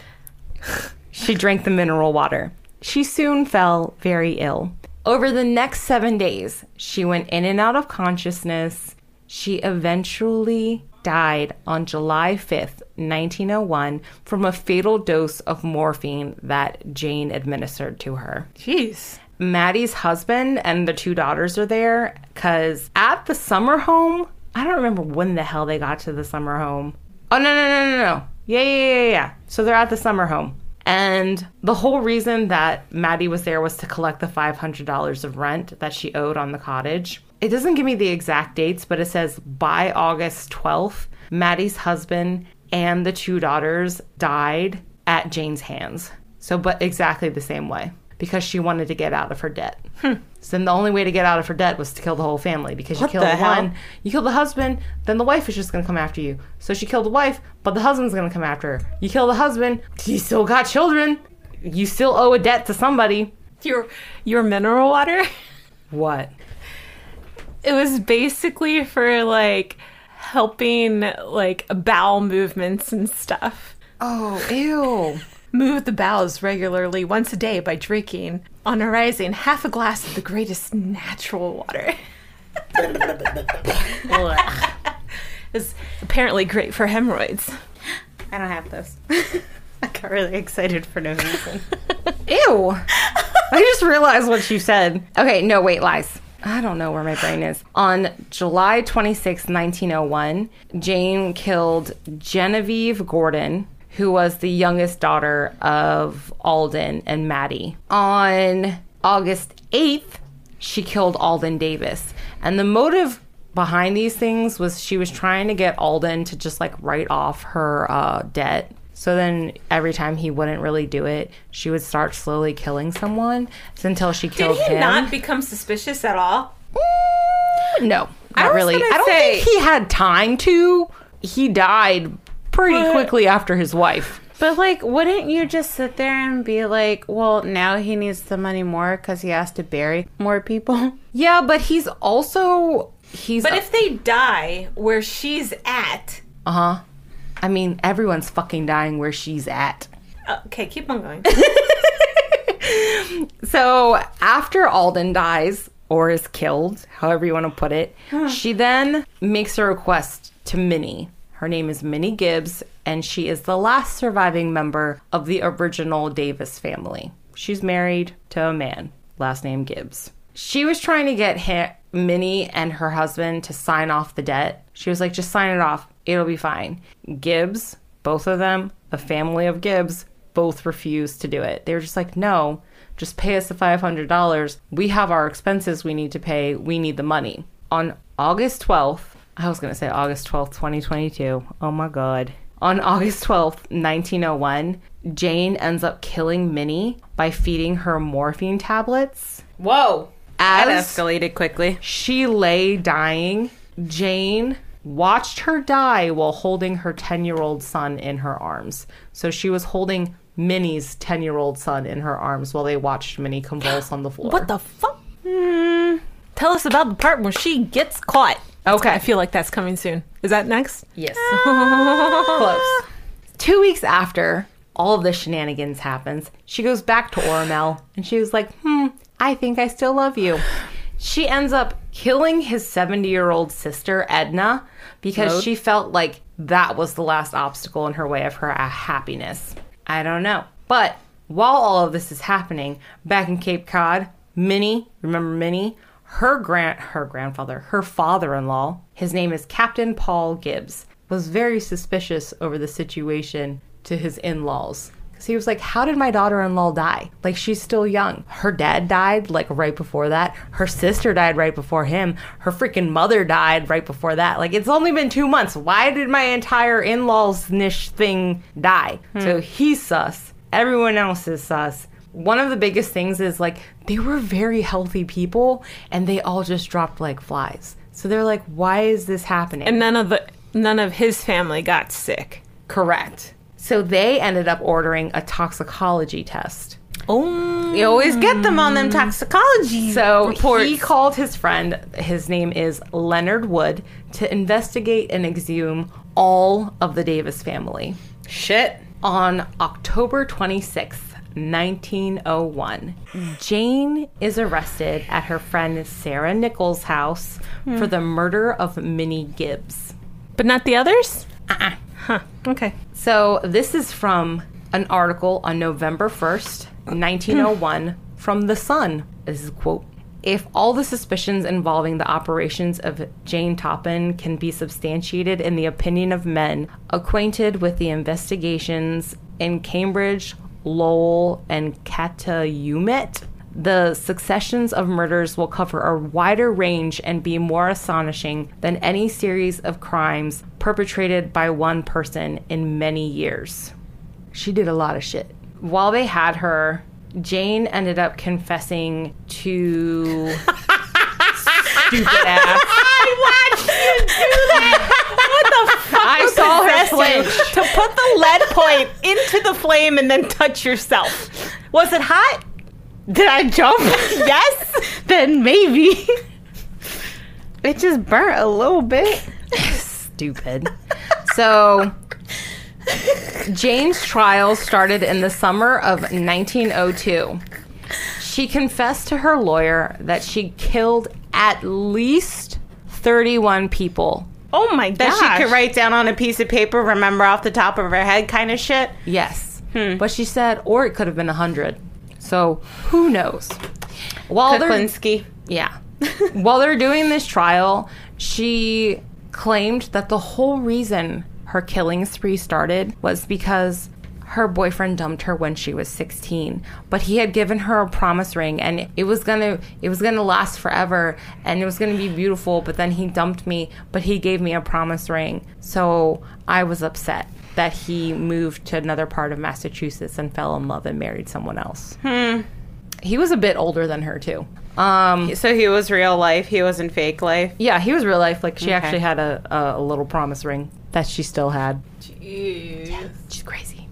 Speaker 4: she drank the mineral water. She soon fell very ill. Over the next seven days, she went in and out of consciousness. She eventually died on July 5th, 1901, from a fatal dose of morphine that Jane administered to her.
Speaker 3: Jeez.
Speaker 4: Maddie's husband and the two daughters are there because at the summer home, I don't remember when the hell they got to the summer home. Oh, no, no, no, no, no. Yeah, yeah, yeah, yeah, yeah. So they're at the summer home. And the whole reason that Maddie was there was to collect the $500 of rent that she owed on the cottage. It doesn't give me the exact dates, but it says by August 12th, Maddie's husband and the two daughters died at Jane's hands. So, but exactly the same way because she wanted to get out of her debt. Hmm. So then the only way to get out of her debt was to kill the whole family because you kill
Speaker 2: the
Speaker 4: the
Speaker 2: hell?
Speaker 4: one, you kill the husband, then the wife is just going to come after you. So she killed the wife, but the husband's going to come after her. You kill the husband, you still got children, you still owe a debt to somebody.
Speaker 3: [laughs] Your your mineral water.
Speaker 4: What?
Speaker 3: It was basically for like helping like bowel movements and stuff.
Speaker 4: Oh, ew.
Speaker 3: Move the bowels regularly once a day by drinking on arising half a glass of the greatest natural
Speaker 7: [laughs]
Speaker 3: water. is apparently great for hemorrhoids.
Speaker 2: I don't have this. [laughs] I got really excited for no reason.
Speaker 4: Ew. I just realized what you said. Okay, no, wait, lies. I don't know where my brain is. On oh July 26, 1901, Jane killed Genevieve Gordon, who was the youngest daughter of Alden and Maddie. On August 8th, she killed Alden Davis. And the motive behind these things was she was trying to get Alden to just like write off her uh, debt. So then every time he wouldn't really do it, she would start slowly killing someone until she
Speaker 7: Did
Speaker 4: killed
Speaker 7: he
Speaker 4: him.
Speaker 7: not become suspicious at all?
Speaker 4: No,
Speaker 7: I
Speaker 4: not
Speaker 7: was
Speaker 4: really.
Speaker 7: gonna
Speaker 4: I don't
Speaker 7: say-
Speaker 4: think he had time to. He died pretty quickly after his wife.
Speaker 2: [laughs] But like, wouldn't you just sit there and be like, well, now he needs the money more because he has to bury more [laughs] people?
Speaker 4: Yeah, but he's also he's.
Speaker 7: But if they die where she's at,
Speaker 4: uh huh, I mean everyone's fucking dying where she's at.
Speaker 7: okay, keep on going.
Speaker 4: So after Alden dies or is killed, however you want to put it, she then makes a request to Minnie. Her name is Minnie Gibbs, and she is the last surviving member of the original Davis family. She's married to a man, last name Gibbs. She was trying to get ha- Minnie and her husband to sign off the debt. She was like, just sign it off, it'll be fine. Gibbs, both of them, the family of Gibbs, both refused to do it. They were just like, no, just pay us the $500. We have our expenses we need to pay. We need the money. On August 12th, I was going to say August 12th, 2022. Oh my God. On August 12th, 1901, Jane ends up killing Minnie by feeding her morphine tablets.
Speaker 7: Whoa.
Speaker 4: As
Speaker 2: Escalated quickly. [laughs]
Speaker 4: she lay dying, Jane watched her die while holding her 10 year old son in her arms. So she was holding Minnie's 10 year old son in her arms while they watched Minnie convulse on the floor.
Speaker 3: What the fuck? Hmm. Tell us about the part where she gets caught.
Speaker 4: Okay.
Speaker 3: I feel like that's coming soon. Is that next?
Speaker 4: Yes. Close. Two weeks after all of the shenanigans happens, she goes back to Oromel and she was like, hmm, I think I still love you. She ends up killing his 70 year old sister, Edna, because she felt like that was the last obstacle in her way of her uh, happiness. I don't know. But while all of this is happening, back in Cape Cod, Minnie, remember Minnie? Her grand her grandfather, her father-in-law, his name is Captain Paul Gibbs, was very suspicious over the situation to his in-laws. Cuz he was like, "How did my daughter-in-law die? Like she's still young. Her dad died like right before that. Her sister died right before him. Her freaking mother died right before that. Like it's only been 2 months. Why did my entire in-laws nish thing die?" So he's sus. Everyone else is sus. One of the biggest things is like they were very healthy people and they all just dropped like flies. So they're like, why is this happening?
Speaker 3: And none of the none of his family got sick.
Speaker 4: Correct. So they ended up ordering a toxicology test.
Speaker 3: Oh,
Speaker 4: You always get them on them
Speaker 2: Toxicology.
Speaker 4: So
Speaker 2: reports.
Speaker 4: he called his friend, his name is Leonard Wood, to investigate and exhume all of the Davis family.
Speaker 2: Shit.
Speaker 4: On October 26th, 1901, Jane is arrested at her friend Sarah Nichols' house for the murder of Minnie Gibbs.
Speaker 3: but not the others. Uh-uh. Huh. Okay.
Speaker 4: So, this is from an article on November 1st, 1901, from The Sun. This is a quote. If all the suspicions involving the operations of Jane Toppin can be substantiated in the opinion of men acquainted with the investigations in Cambridge, Lowell, and Catayumet, the successions of murders will cover a wider range and be more astonishing than any series of crimes perpetrated by one person in many years. She did a lot of shit. While they had her, Jane ended up confessing to stupid ass. I watched you do that. What the fuck? I saw her flinch.
Speaker 2: to put the lead point into the flame and then touch yourself. Was it hot? Did I [laughs] jump? yes? Then [laughs] maybe. It just burnt a little bit.
Speaker 4: stupid. So Jane's trial started in the summer of 1902. She confessed to her lawyer that she killed at least 31 people.
Speaker 2: Oh my god. That she could write down on a piece of paper, remember off the top of her head kind of shit.
Speaker 4: Yes. But she said, or it could have been 100. So who knows? While they're-
Speaker 2: Klinsky.
Speaker 4: Yeah. While they're doing this trial, she claimed that the whole reason her killing spree started was because her boyfriend dumped her when she was 16 but he had given her a promise ring and it was gonna it was gonna last forever and it was gonna be beautiful but then he dumped me but he gave me a promise ring so i was upset that he moved to another part of massachusetts and fell in love and married someone else he was a bit older than her too um
Speaker 2: So he was real life. He was in fake life.
Speaker 4: yeah he was real life like she actually had a, a, a little promise ring that she still had she's crazy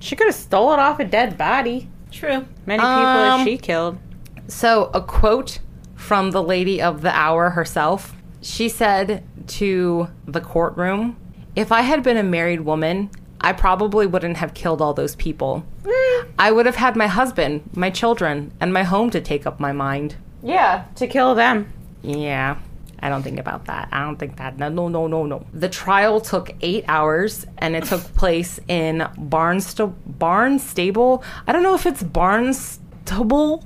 Speaker 2: She could have stolen off a dead body.
Speaker 7: True.
Speaker 2: Many people
Speaker 4: Um,
Speaker 2: that she killed.
Speaker 4: So, a quote from the lady of the hour herself. She said to the courtroom, If I had been a married woman, I probably wouldn't have killed all those people. I would have had my husband, my children, and my home to take up my mind.
Speaker 2: Yeah, to kill them.
Speaker 4: Yeah. I don't think about that. I don't think that. No, no, no, no, no. The trial took eight hours and it
Speaker 2: [laughs]
Speaker 4: took place in Barnsta- Barnstable. I don't know if it's
Speaker 2: [laughs]
Speaker 4: Barnstable.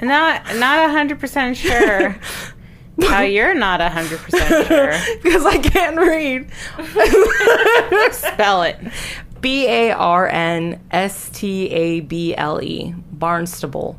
Speaker 2: Not not hundred percent
Speaker 4: [laughs]
Speaker 2: sure. [laughs] How you're not hundred percent sure?
Speaker 4: Because I
Speaker 2: [laughs]
Speaker 4: can't read. [laughs]
Speaker 2: Spell it.
Speaker 4: B A R N S T A B L E. Barnstable.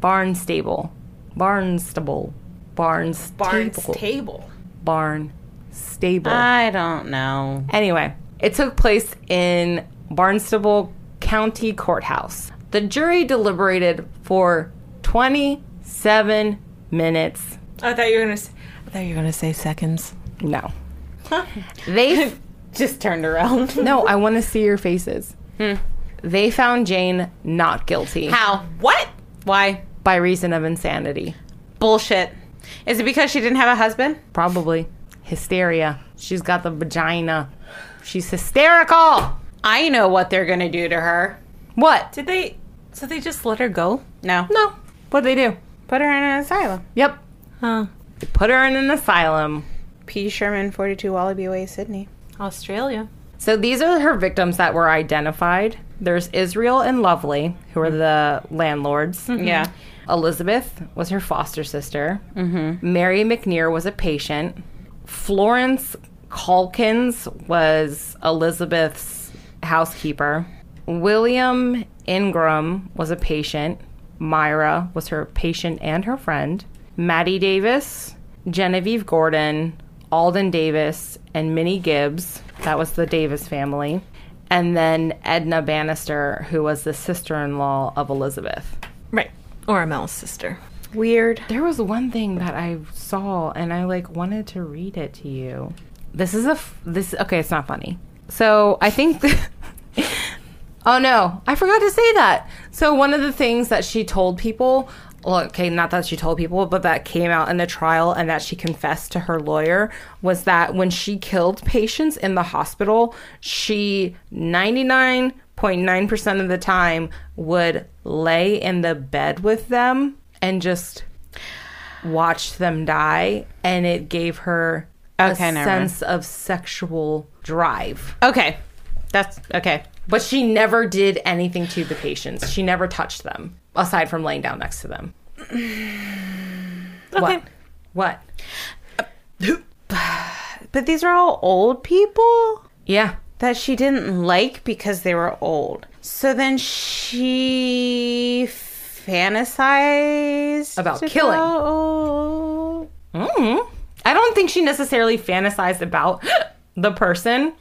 Speaker 4: Barnstable. Barnstable. Barnstable.
Speaker 7: Barnes table.
Speaker 4: Barn. Stable.
Speaker 2: I don't know.
Speaker 4: Anyway, it took place in Barnstable County Courthouse. The jury deliberated for 27 minutes.
Speaker 7: I thought you were gonna. Say,
Speaker 3: I thought you were going to say seconds.
Speaker 4: No. They
Speaker 2: Just turned around.
Speaker 4: No, I want to see your faces. They found Jane not guilty
Speaker 2: How? What? Why?
Speaker 4: by reason of insanity.
Speaker 2: Bullshit. Is it because she didn't have a husband?
Speaker 4: Probably hysteria. She's got the vagina. She's hysterical.
Speaker 2: I know what they're gonna do to her.
Speaker 4: What?
Speaker 7: did they? So they just let her.
Speaker 2: Let her go? No.
Speaker 4: No. What'd they do?
Speaker 2: Put her in an asylum.
Speaker 4: Yep. They put her in an asylum.
Speaker 2: P. Sherman, 42 Wallaby Way, Sydney.
Speaker 7: Australia.
Speaker 4: So these are her victims that were identified. There's Israel and Lovely, who are the landlords.
Speaker 2: Yeah.
Speaker 4: Elizabeth was her foster sister. Mary McNear was a patient. Florence Calkins was Elizabeth's housekeeper. William Ingram was a patient. Myra was her patient and her friend. Maddie Davis, Genevieve Gordon, Alden Davis, and Minnie Gibbs. That was the Davis family. And then Edna Bannister, who was the sister in law of Elizabeth.
Speaker 3: Right.
Speaker 7: Or Mel's sister.
Speaker 2: Weird.
Speaker 4: There was one thing that I saw and I like wanted to read it to you. This is a f- this okay, it's not funny. So, I think [laughs] Oh no, I forgot to say that. So one of the things that she told people, well, okay, not that she told people, but that came out in the trial and that she confessed to her lawyer was that when she killed patients in the hospital, she 99.9% of the time would lay in the bed with them and just watch them die and it gave her
Speaker 2: Okay,
Speaker 4: a
Speaker 2: never mind.
Speaker 4: sense of sexual drive.
Speaker 2: Okay. That's okay.
Speaker 4: But she never did anything to the patients. She never touched them, aside from laying down next
Speaker 2: [sighs]
Speaker 4: to them. What? What?
Speaker 2: But these are all old people
Speaker 4: Yeah.
Speaker 2: that she didn't like because they were old. So then she fantasized
Speaker 4: About killing.
Speaker 2: about-
Speaker 4: Mm. I don't think she necessarily fantasized about [gasps] the person.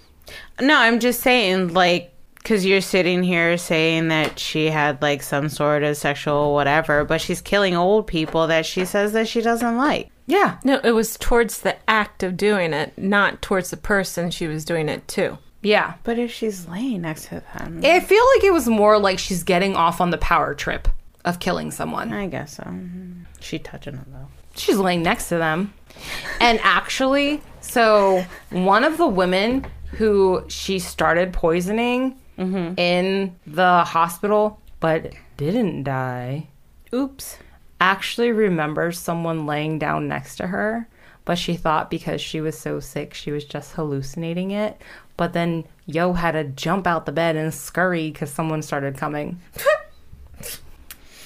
Speaker 2: No, I'm just saying, like, because you're sitting here saying that she had, like, some sort of sexual whatever, but she's killing old people that she says that she doesn't like.
Speaker 4: Yeah.
Speaker 7: No, it was towards the act of doing it, not towards the person she was doing it to.
Speaker 4: Yeah.
Speaker 2: But if she's laying next to them,
Speaker 4: I feel like it was more like she's getting off on the power trip of killing someone.
Speaker 2: I guess so. Mm-hmm. She touching them, though.
Speaker 4: she's laying next to them. And actually, so one of the women who she started poisoning
Speaker 7: Mm-hmm.
Speaker 4: in the hospital but didn't die
Speaker 2: Oops.
Speaker 4: actually remembers someone laying down next to her, but she thought because she was so sick, she was just hallucinating it. But then Yo
Speaker 7: [laughs]
Speaker 4: had to jump out the bed and scurry because someone started coming.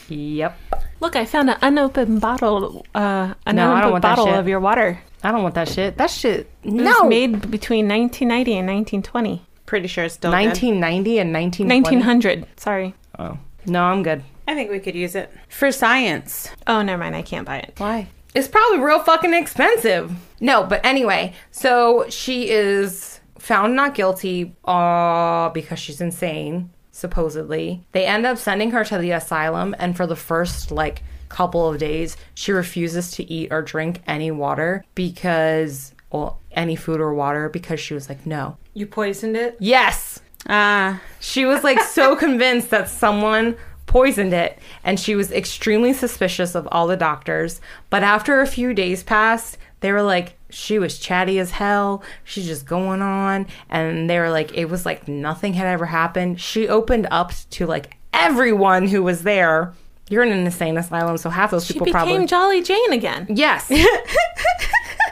Speaker 4: Yep.
Speaker 3: Look, I found an unopened bottle, uh, an
Speaker 4: No, I don't
Speaker 3: unopened
Speaker 4: want that
Speaker 3: bottle
Speaker 4: shit.
Speaker 3: of your water.
Speaker 4: I don't want that shit. That shit.
Speaker 7: It was made between 1990 and 1920.
Speaker 2: Pretty sure it's still good.
Speaker 4: 1990 and 1920.
Speaker 7: 1900. Sorry.
Speaker 4: Oh. No, I'm good.
Speaker 2: I think we could use it for science.
Speaker 7: Oh, never mind. I can't buy it.
Speaker 4: Why? It's probably real fucking expensive. No, but anyway, so she is found not guilty uh, because she's insane, supposedly. They end up sending her to the asylum, and for the first, like, couple of days, she refuses to eat or drink any water because, well, any food or water because she was like, no.
Speaker 2: You poisoned it?
Speaker 4: Yes!
Speaker 7: Uh.
Speaker 2: Ah,
Speaker 4: She was like
Speaker 7: [laughs]
Speaker 4: so convinced that someone poisoned it, and she was extremely suspicious of all the doctors. But after a few days passed, they were like, she was chatty as hell. She's just going on. And they were like, it was like nothing had ever happened. She opened up to like everyone who was there. You're in an insane asylum, so half those
Speaker 7: She
Speaker 4: people
Speaker 7: became
Speaker 4: probably.
Speaker 7: Jolly Jane again.
Speaker 4: yes.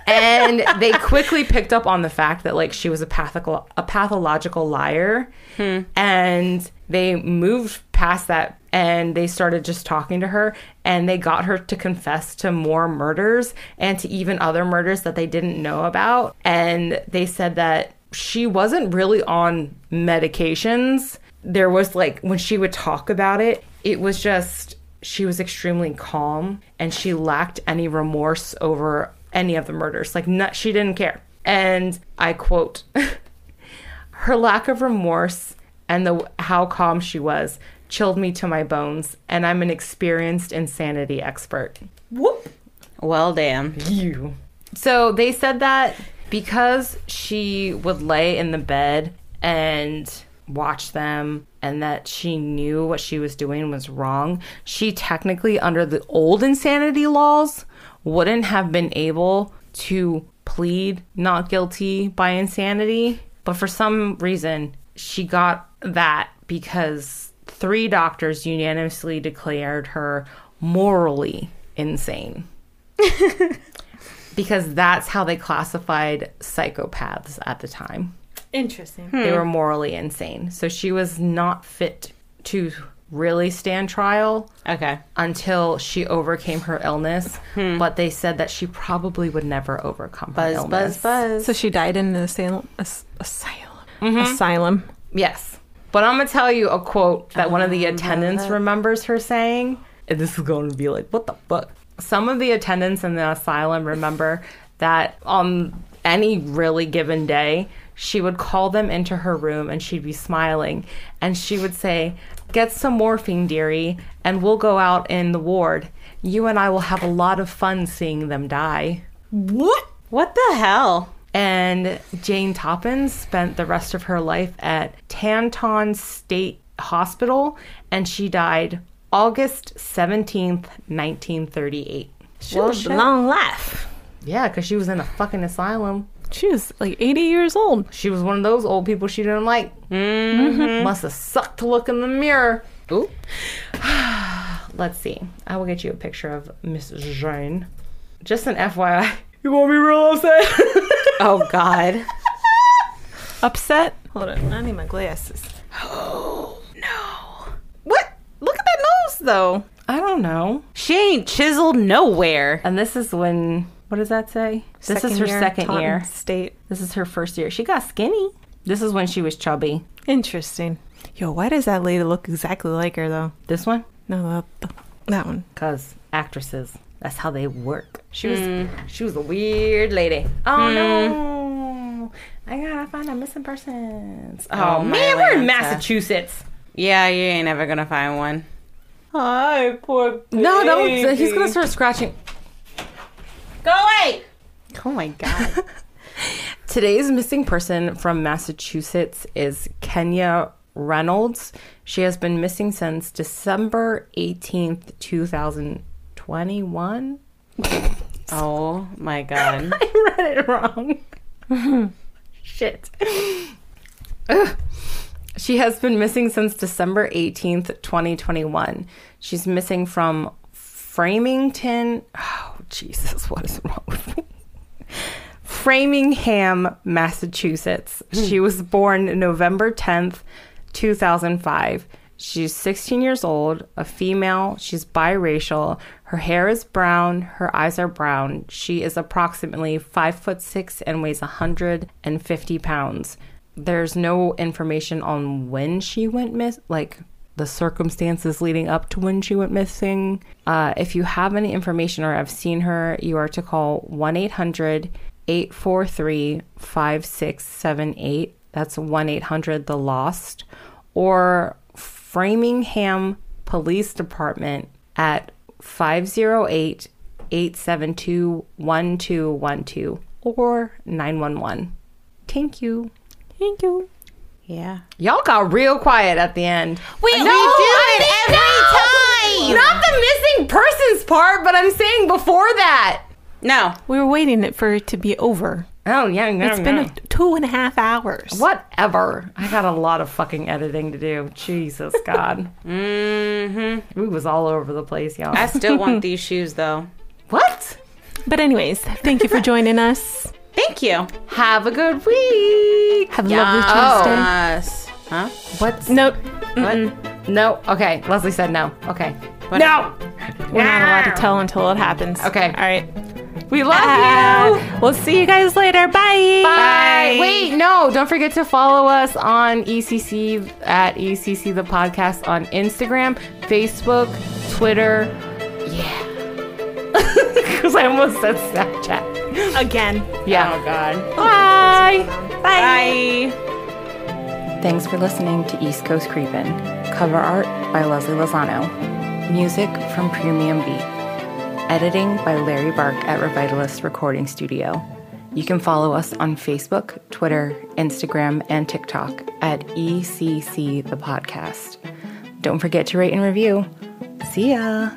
Speaker 4: and they quickly picked up on the fact that like she was a pathical a pathological liar and they moved past that and they started just talking to her and they got her to confess to more murders and to even other murders that they didn't know about and they said that she wasn't really on medications there was like when she would talk about it it was just she was extremely calm and she lacked any remorse over any of the murders. Like, not, she didn't care. And I quote, [laughs] her lack of remorse and the how calm she was chilled me to my bones. And I'm an experienced insanity expert. Whoop
Speaker 2: well, damn.
Speaker 4: Mm-hmm. you. So they said that because she would lay in the bed and watch them and that she knew what she was doing was wrong, she technically, under the old insanity laws, wouldn't have been able to plead not guilty by insanity. But for some reason, she got that because three doctors unanimously declared her morally insane because that's how they classified psychopaths at the time.
Speaker 7: Interesting.
Speaker 3: Hmm.
Speaker 2: Hmm.
Speaker 4: They were morally insane. So she was not fit to really stand trial
Speaker 2: Okay.
Speaker 4: until she overcame her illness, but they said that she probably would never overcome her
Speaker 2: Hmm. Buzz, buzz,
Speaker 4: illness.
Speaker 2: buzz.
Speaker 3: So she died in an asylum. as- Asylum. Asylum.
Speaker 4: Yes. But I'm going to tell you a quote that one of the attendants remembers her saying. Ah. And this is going to be like, what the fuck? Some of the attendants in the asylum remember that on any really given day, she would call them into her room and she'd be smiling. And she would say, Get some morphine, dearie, and we'll go out in the ward. You and I will have a lot of fun seeing them die.
Speaker 2: What the hell?
Speaker 4: And Jane Toppin spent the rest of her life at Tanton State Hospital, and she died August 17th, 1938.
Speaker 7: She lived a long life.
Speaker 4: Yeah, because she was in a fucking asylum.
Speaker 3: She was like 80 years old.
Speaker 4: She was one of those old people she didn't like. Mm-hmm. Must have sucked to look in the mirror. Ooh. [sighs] Let's see. I will get you a picture of Miss Jane. Just an FYI. [laughs] You won't be real upset.
Speaker 2: Oh,
Speaker 4: [laughs]
Speaker 2: God.
Speaker 3: Upset.
Speaker 7: Hold on. I need my glasses.
Speaker 2: what?
Speaker 4: [laughs]
Speaker 2: Look at that nose, though.
Speaker 4: I don't know.
Speaker 2: She ain't chiseled nowhere.
Speaker 4: And this is when what does that say? This is her second
Speaker 3: Taunton
Speaker 4: year.
Speaker 3: State.
Speaker 4: This is her first year. She got skinny. This is when she was chubby.
Speaker 3: Interesting. Yo, why does that lady look exactly like her though?
Speaker 4: This one?
Speaker 3: No, that, that one.
Speaker 4: Cuz actresses, that's how they work. She was she was a weird lady. Oh no. I gotta find a missing persons. Oh,
Speaker 2: Oh, my
Speaker 4: man, we're in
Speaker 2: Lanta.
Speaker 4: Massachusetts.
Speaker 2: Yeah, you ain't ever gonna find one. Hi, poor.
Speaker 4: No, don't. He's gonna start scratching.
Speaker 2: Go away! Oh my god.
Speaker 4: Today's missing person from Massachusetts is Kenya Reynolds. She has been missing since December 18th, 2021.
Speaker 2: [laughs] oh my [laughs] god.
Speaker 4: I read it wrong. Shit. Ugh. She has been missing since December 18th, 2021. She's missing from Framington. Oh, Jesus, what is wrong with me? Framingham, Massachusetts. She was born November 10th, 2005. She's 16 years old, a female. She's biracial. Her hair is brown. Her eyes are brown. She is approximately five foot six and weighs 150 pounds. There's no information on when she went miss, like the circumstances leading up to when she went missing. Uh, if you have any information or have seen her, you are to call 1 800 843 5678. That's 1 800 The Lost or Framingham Police Department at 508 872 1212 or 911. Thank you.
Speaker 3: Thank you.
Speaker 4: Y'all got real quiet at the end.
Speaker 7: We, we do it every time.
Speaker 4: Not the missing persons part, but I'm saying before that.
Speaker 2: No.
Speaker 3: We were waiting it for it to be over.
Speaker 4: Oh yeah,
Speaker 3: It's been a, two and a half hours.
Speaker 4: whatever. I got a lot of fucking editing to do. Jesus [laughs] God, mm-hmm. we was all over the place, y'all.
Speaker 2: Mm, I still want these shoes though.
Speaker 4: what?
Speaker 3: But anyways, thank you for joining us.
Speaker 2: Thank you.
Speaker 4: Have a good week.
Speaker 3: Have a lovely Tuesday.
Speaker 2: Us. Huh?
Speaker 4: What's
Speaker 3: Nope.
Speaker 4: no? Okay, Leslie said no. Okay, no.
Speaker 3: We're not allowed to tell until it happens.
Speaker 4: Okay.
Speaker 3: All right.
Speaker 4: We love you.
Speaker 3: Uh, [laughs] we'll see you guys later. Bye.
Speaker 4: Bye. Wait, no, don't forget to follow us on ECC at ECC the podcast on Instagram, Facebook, Twitter. [laughs] Yeah. Because I almost said Snapchat.
Speaker 3: Again.
Speaker 4: Yeah.
Speaker 2: Oh God.
Speaker 4: Bye.
Speaker 2: Bye.
Speaker 1: Thanks for listening to East Coast Creepin'. Cover art by Leslie Lozano. Music from Premium Beat. Editing by Larry Bark at Revitalist Recording Studio. You can follow us on Facebook, Twitter, Instagram, and TikTok at E ECC The Podcast. Don't forget to rate and review. See ya!